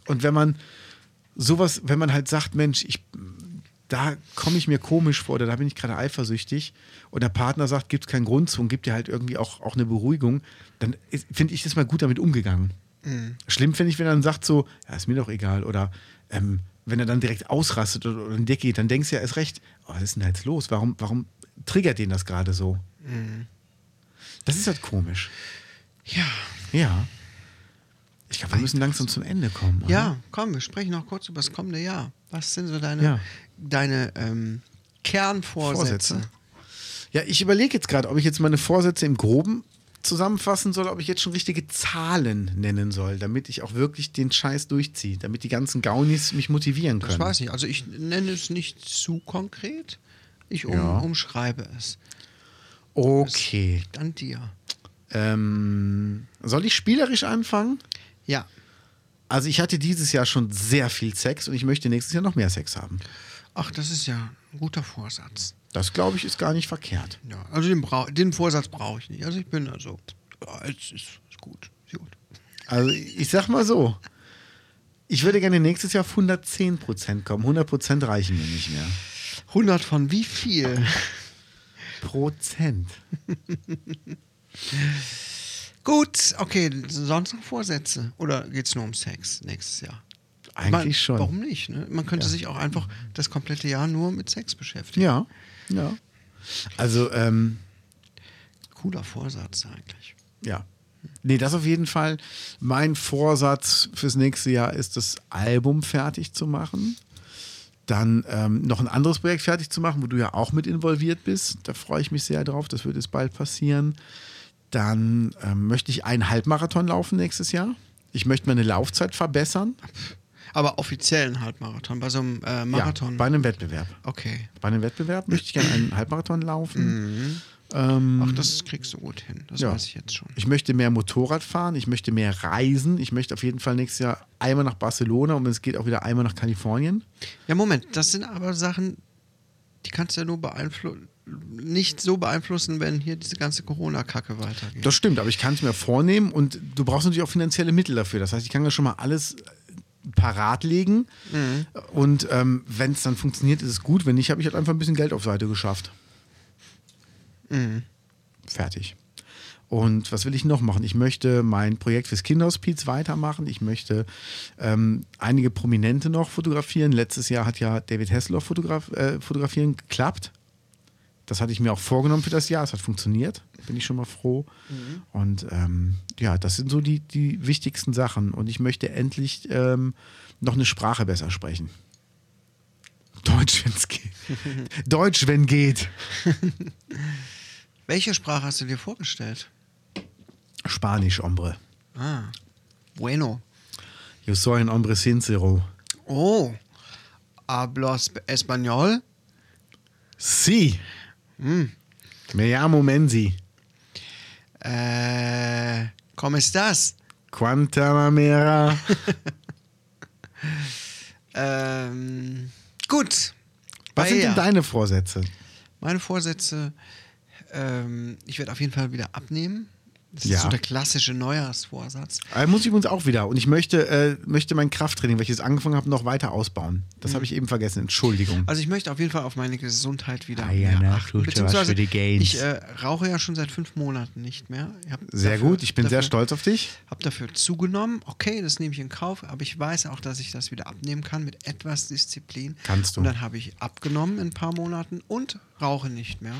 A: Und wenn man sowas, wenn man halt sagt, Mensch, ich, da komme ich mir komisch vor oder da bin ich gerade eifersüchtig und der Partner sagt, gibt es keinen Grund zu und gibt dir halt irgendwie auch, auch eine Beruhigung, dann ist- finde ich das mal gut damit umgegangen. Schlimm finde ich, wenn er dann sagt so, ja, ist mir doch egal oder ähm, wenn er dann direkt ausrastet oder, oder in die Decke geht, dann denkst du ja erst recht, oh, was ist denn da jetzt los? Warum, warum triggert den das gerade so? Das ist halt komisch.
B: Ja.
A: Ja. Ich glaube, wir müssen langsam zum Ende kommen. oder?
B: Ja, komm, wir sprechen noch kurz über das kommende Jahr. Was sind so deine,
A: Ja.
B: deine ähm, Kernvorsätze?
A: Vorsätze. Ja, ich überlege jetzt gerade, ob ich jetzt meine Vorsätze im Groben zusammenfassen soll, ob ich jetzt schon richtige Zahlen nennen soll, damit ich auch wirklich den Scheiß durchziehe, damit die ganzen Gaunis mich motivieren
B: Ich
A: können.
B: weiß nicht. Also ich nenne es nicht zu konkret. Ich um,
A: Ja.
B: umschreibe es.
A: Okay.
B: Dann dir.
A: Ähm, soll ich spielerisch anfangen?
B: Ja.
A: Also ich hatte dieses Jahr schon sehr viel Sex und ich möchte nächstes Jahr noch mehr Sex haben.
B: Ach, das ist ja ein guter Vorsatz.
A: Das glaube ich ist gar nicht verkehrt.
B: Ja, also den, brau- den Vorsatz brauche ich nicht. Also ich bin also, ja, es ist, ist gut. Ist gut.
A: Also ich sag mal so, ich würde gerne nächstes Jahr auf 110% kommen. 100% reichen mir nicht mehr.
B: 100 von
A: <laughs>
B: wie viel?
A: Prozent.
B: gut, okay, sonst noch Vorsätze? Oder geht es nur um Sex nächstes Jahr?
A: Eigentlich
B: Man-
A: schon.
B: Warum nicht? Ne? Man könnte sich auch einfach das komplette Jahr nur mit Sex beschäftigen.
A: Ja, ja. Also, ähm,
B: Cooler Vorsatz eigentlich.
A: Ja. Nee, das auf jeden Fall. Mein Vorsatz fürs nächste Jahr ist, das Album fertig zu machen. Dann ähm, noch ein anderes Projekt fertig zu machen, wo du ja auch mit involviert bist. Da freue ich mich sehr drauf. Das wird jetzt bald passieren. Dann ähm, möchte ich einen Halbmarathon laufen nächstes Jahr. Ich möchte meine Laufzeit verbessern.
B: Aber offiziell ein Halbmarathon, bei so einem äh, Marathon.
A: Ja, bei einem Wettbewerb.
B: okay.
A: Bei einem Wettbewerb möchte ich gerne einen Halbmarathon laufen. Ähm,
B: Ach, das kriegst du gut hin. Das
A: Ja.
B: weiß ich jetzt schon.
A: Ich möchte mehr Motorrad fahren, ich möchte mehr reisen, ich möchte auf jeden Fall nächstes Jahr einmal nach Barcelona und wenn es geht auch wieder einmal nach Kalifornien.
B: Ja, Moment, das sind aber Sachen, die kannst du ja nur beeinflussen, nicht so beeinflussen, wenn hier diese ganze Corona-Kacke weitergeht.
A: Das stimmt, aber ich kann es mir vornehmen und du brauchst natürlich auch finanzielle Mittel dafür. Das heißt, ich kann ja schon mal alles äh, parat legen und ähm, wenn es dann funktioniert, ist es gut. Wenn nicht, habe ich halt einfach ein bisschen Geld auf Seite geschafft. Fertig. Und was will ich noch machen? Ich möchte mein Projekt fürs Kinderhospiz weitermachen. Ich möchte ähm, einige Prominente noch fotografieren. Letztes Jahr hat ja David Hasselhoff fotograf äh, fotografieren geklappt. Das hatte ich mir auch vorgenommen für das Jahr. Es hat funktioniert. Bin ich schon mal froh. Und ähm, ja, das sind so die, die wichtigsten Sachen. Und ich möchte endlich ähm, noch eine Sprache besser sprechen. Deutsch, wenn es geht. Deutsch, wenn geht.
B: Welche Sprache hast du dir vorgestellt?
A: Spanisch, hombre.
B: Ah, bueno.
A: Yo soy un hombre sincero.
B: Oh, hablas español?
A: Sí. Me llamo Menzi.
B: Äh, ¿cómo estás?
A: Quantanamera.
B: Ähm, gut.
A: Was sind denn
B: Paella.
A: deine Vorsätze?
B: Meine Vorsätze, ähm, ich werde auf jeden Fall wieder abnehmen. Das
A: Ja.
B: ist so der klassische Neujahrsvorsatz.
A: Äh, muss ich übrigens auch wieder. Und ich möchte, äh, möchte mein Krafttraining, welches ich angefangen habe, noch weiter ausbauen. Das habe ich eben vergessen. Entschuldigung.
B: Mhm. Also ich möchte auf jeden Fall auf meine Gesundheit wieder
A: Ah ja,
B: mehr
A: na,
B: achten.
A: tut ja was
B: Beziehungsweise
A: für die Gains.
B: ich äh, rauche ja schon seit fünf Monaten nicht mehr. Ich hab
A: Sehr
B: dafür-
A: gut, ich bin
B: dafür-
A: sehr stolz auf dich.
B: Hab dafür zugenommen. Okay, das nehme ich in Kauf, aber ich weiß auch, dass ich das wieder abnehmen kann mit etwas Disziplin.
A: Kannst du.
B: Und dann habe ich abgenommen in ein paar Monaten und rauche nicht mehr.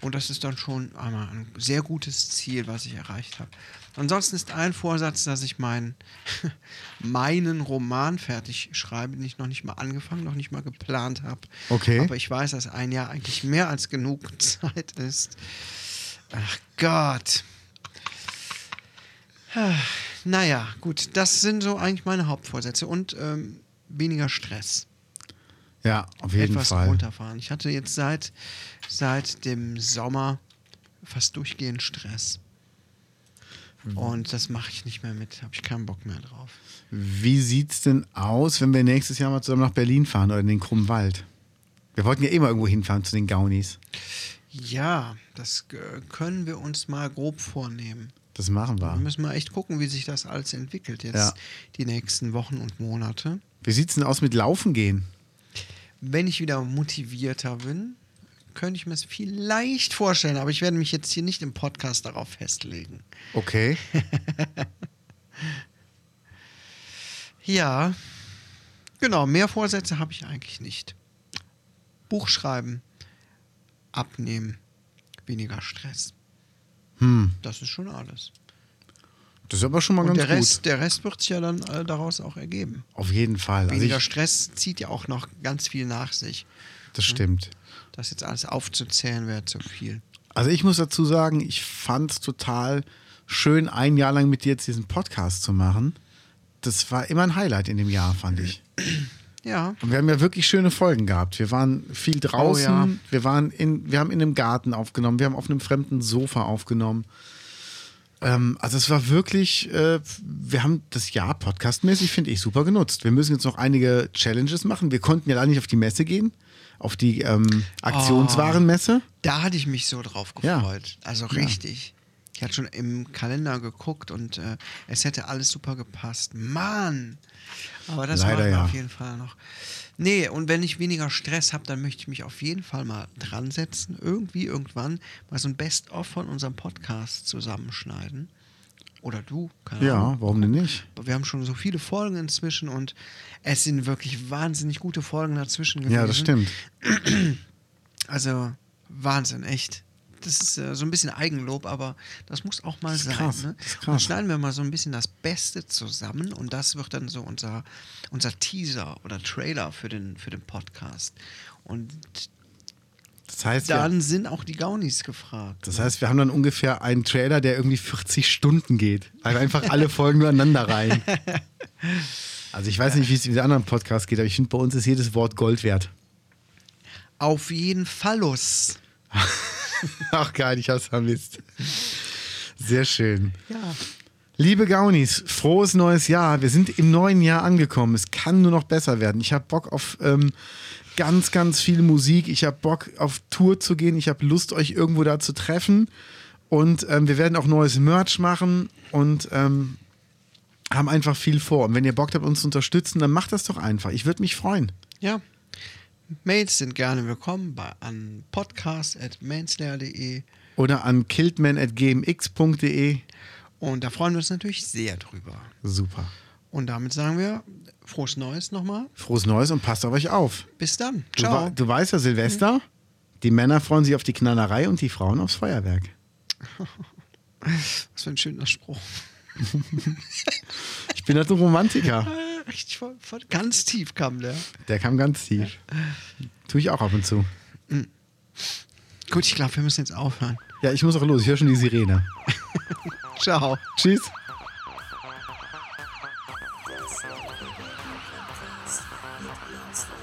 B: Und das ist dann schon einmal ein sehr gutes Ziel, was ich erreicht habe. Ansonsten ist ein Vorsatz, dass ich meinen, <laughs> meinen Roman fertig schreibe, den ich noch nicht mal angefangen, noch nicht mal geplant habe.
A: Okay.
B: Aber ich weiß, dass ein Jahr eigentlich mehr als genug <laughs> Zeit ist. Ach Gott. Ah, Naja, gut, das sind so eigentlich meine Hauptvorsätze und ähm, weniger Stress.
A: Ja, auf jeden
B: Etwas
A: Fall.
B: runterfahren. Ich hatte jetzt seit, seit dem Sommer fast durchgehend Stress. Und das mache ich nicht mehr mit, habe ich keinen Bock mehr drauf.
A: Wie sieht's denn aus, wenn wir nächstes Jahr mal zusammen nach Berlin fahren oder in den Krummen Wald? Wir wollten ja immer irgendwo hinfahren zu den Gaunis.
B: Ja, das äh, können wir uns mal grob vornehmen.
A: Das machen
B: Da
A: wir.
B: müssen wir echt gucken, wie sich das alles entwickelt jetzt
A: Ja.
B: die nächsten Wochen und Monate.
A: Wie sieht's denn aus mit Laufen gehen?
B: wenn ich wieder motivierter bin, könnte ich mir es vielleicht vorstellen, aber ich werde mich jetzt hier nicht im Podcast darauf festlegen.
A: Okay.
B: Ja, genau, mehr Vorsätze habe ich eigentlich nicht. Buch schreiben, abnehmen, weniger Stress. Das ist schon alles.
A: Das ist aber schon mal
B: Und
A: Hm. ganz
B: der Rest,
A: gut.
B: der Rest wird sich ja dann äh, daraus auch ergeben.
A: Auf jeden Fall. Also
B: Weniger
A: ich,
B: Stress zieht ja auch noch ganz viel nach sich.
A: das
B: Mhm.
A: stimmt.
B: Das jetzt alles aufzuzählen wäre zu viel.
A: Also ich muss dazu sagen, ich fand's total schön, ein Jahr lang mit dir jetzt diesen Podcast zu machen. Das war immer ein Highlight in dem Jahr, fand ich.
B: Ja,
A: Und wir haben ja wirklich schöne Folgen gehabt. Wir waren viel draußen,
B: Oh ja.
A: wir waren in, wir haben in einem Garten aufgenommen, wir haben auf einem fremden Sofa aufgenommen. Ähm, also es war wirklich, äh, wir haben das Jahr podcastmäßig, finde ich, super genutzt. Wir müssen jetzt noch einige Challenges machen. Wir konnten ja leider nicht auf die Messe gehen, auf die
B: Oh.
A: ähm, Aktionswarenmesse.
B: Da hatte ich mich so drauf
A: Ja.
B: gefreut. Also richtig. Ich hatte schon im Kalender geguckt und äh, es hätte alles super gepasst. Mann! Aber das
A: Leider
B: machen wir
A: ja.
B: auf jeden Fall noch. Nee, und wenn ich weniger Stress habe, dann möchte ich mich auf jeden Fall mal dran setzen, irgendwie, irgendwann mal so ein Best-of von unserem Podcast zusammenschneiden. Oder du, keine Ahnung.
A: Ja, warum denn nicht?
B: Wir haben schon so viele Folgen inzwischen und es sind wirklich wahnsinnig gute Folgen dazwischen gewesen.
A: Ja, das stimmt.
B: Also Wahnsinn, echt. das ist äh, so ein bisschen Eigenlob, aber das muss auch mal
A: ist
B: sein.
A: krass,
B: ne?
A: das ist
B: Und dann
A: krass.
B: schneiden wir mal so ein bisschen das Beste zusammen und das wird dann so unser, unser Teaser oder Trailer für den, für den Podcast. Und
A: Das heißt, wir,
B: dann sind auch die Gaunis gefragt.
A: das heißt, wir haben dann ungefähr einen Trailer, der irgendwie 40 Stunden geht. Also einfach alle Folgen übereinander rein. Also ich weiß nicht, wie es mit den anderen Podcasts geht, aber ich finde, bei uns ist jedes Wort Gold wert.
B: Auf jeden Fallus.
A: Ach geil, ich hab's vermisst. Sehr schön.
B: Ja.
A: Liebe Gaunis, frohes neues Jahr. Wir sind im neuen Jahr angekommen. Es kann nur noch besser werden. Ich habe Bock auf ähm, ganz, ganz viel Musik. Ich habe Bock auf Tour zu gehen. Ich habe Lust, euch irgendwo da zu treffen. Und ähm, wir werden auch neues Merch machen und ähm, haben einfach viel vor. Und wenn ihr Bock habt, uns zu unterstützen, dann macht das doch einfach. Ich würde mich freuen.
B: Ja. Mails sind gerne willkommen bei, an podcast.manslayer.de
A: Oder an killedman.gmx.de.
B: und da freuen wir uns natürlich sehr drüber.
A: Super.
B: Und damit sagen wir frohes Neues nochmal.
A: Frohes Neues und passt auf euch auf.
B: Bis dann.
A: Du,
B: Ciao.
A: wei- du weißt ja, Silvester, die Männer freuen sich auf die Knallerei und die Frauen aufs Feuerwerk.
B: Was für ein schöner Spruch.
A: Ich bin halt ein Romantiker.
B: Äh, Richtig voll, voll, ganz tief kam der.
A: Der kam ganz tief. Tue ich auch ab und zu.
B: Gut, ich glaube, wir müssen jetzt aufhören.
A: Ja, ich muss auch los. Ich höre schon die Sirene.
B: Ciao.
A: Tschüss.
E: Podcast mit uns.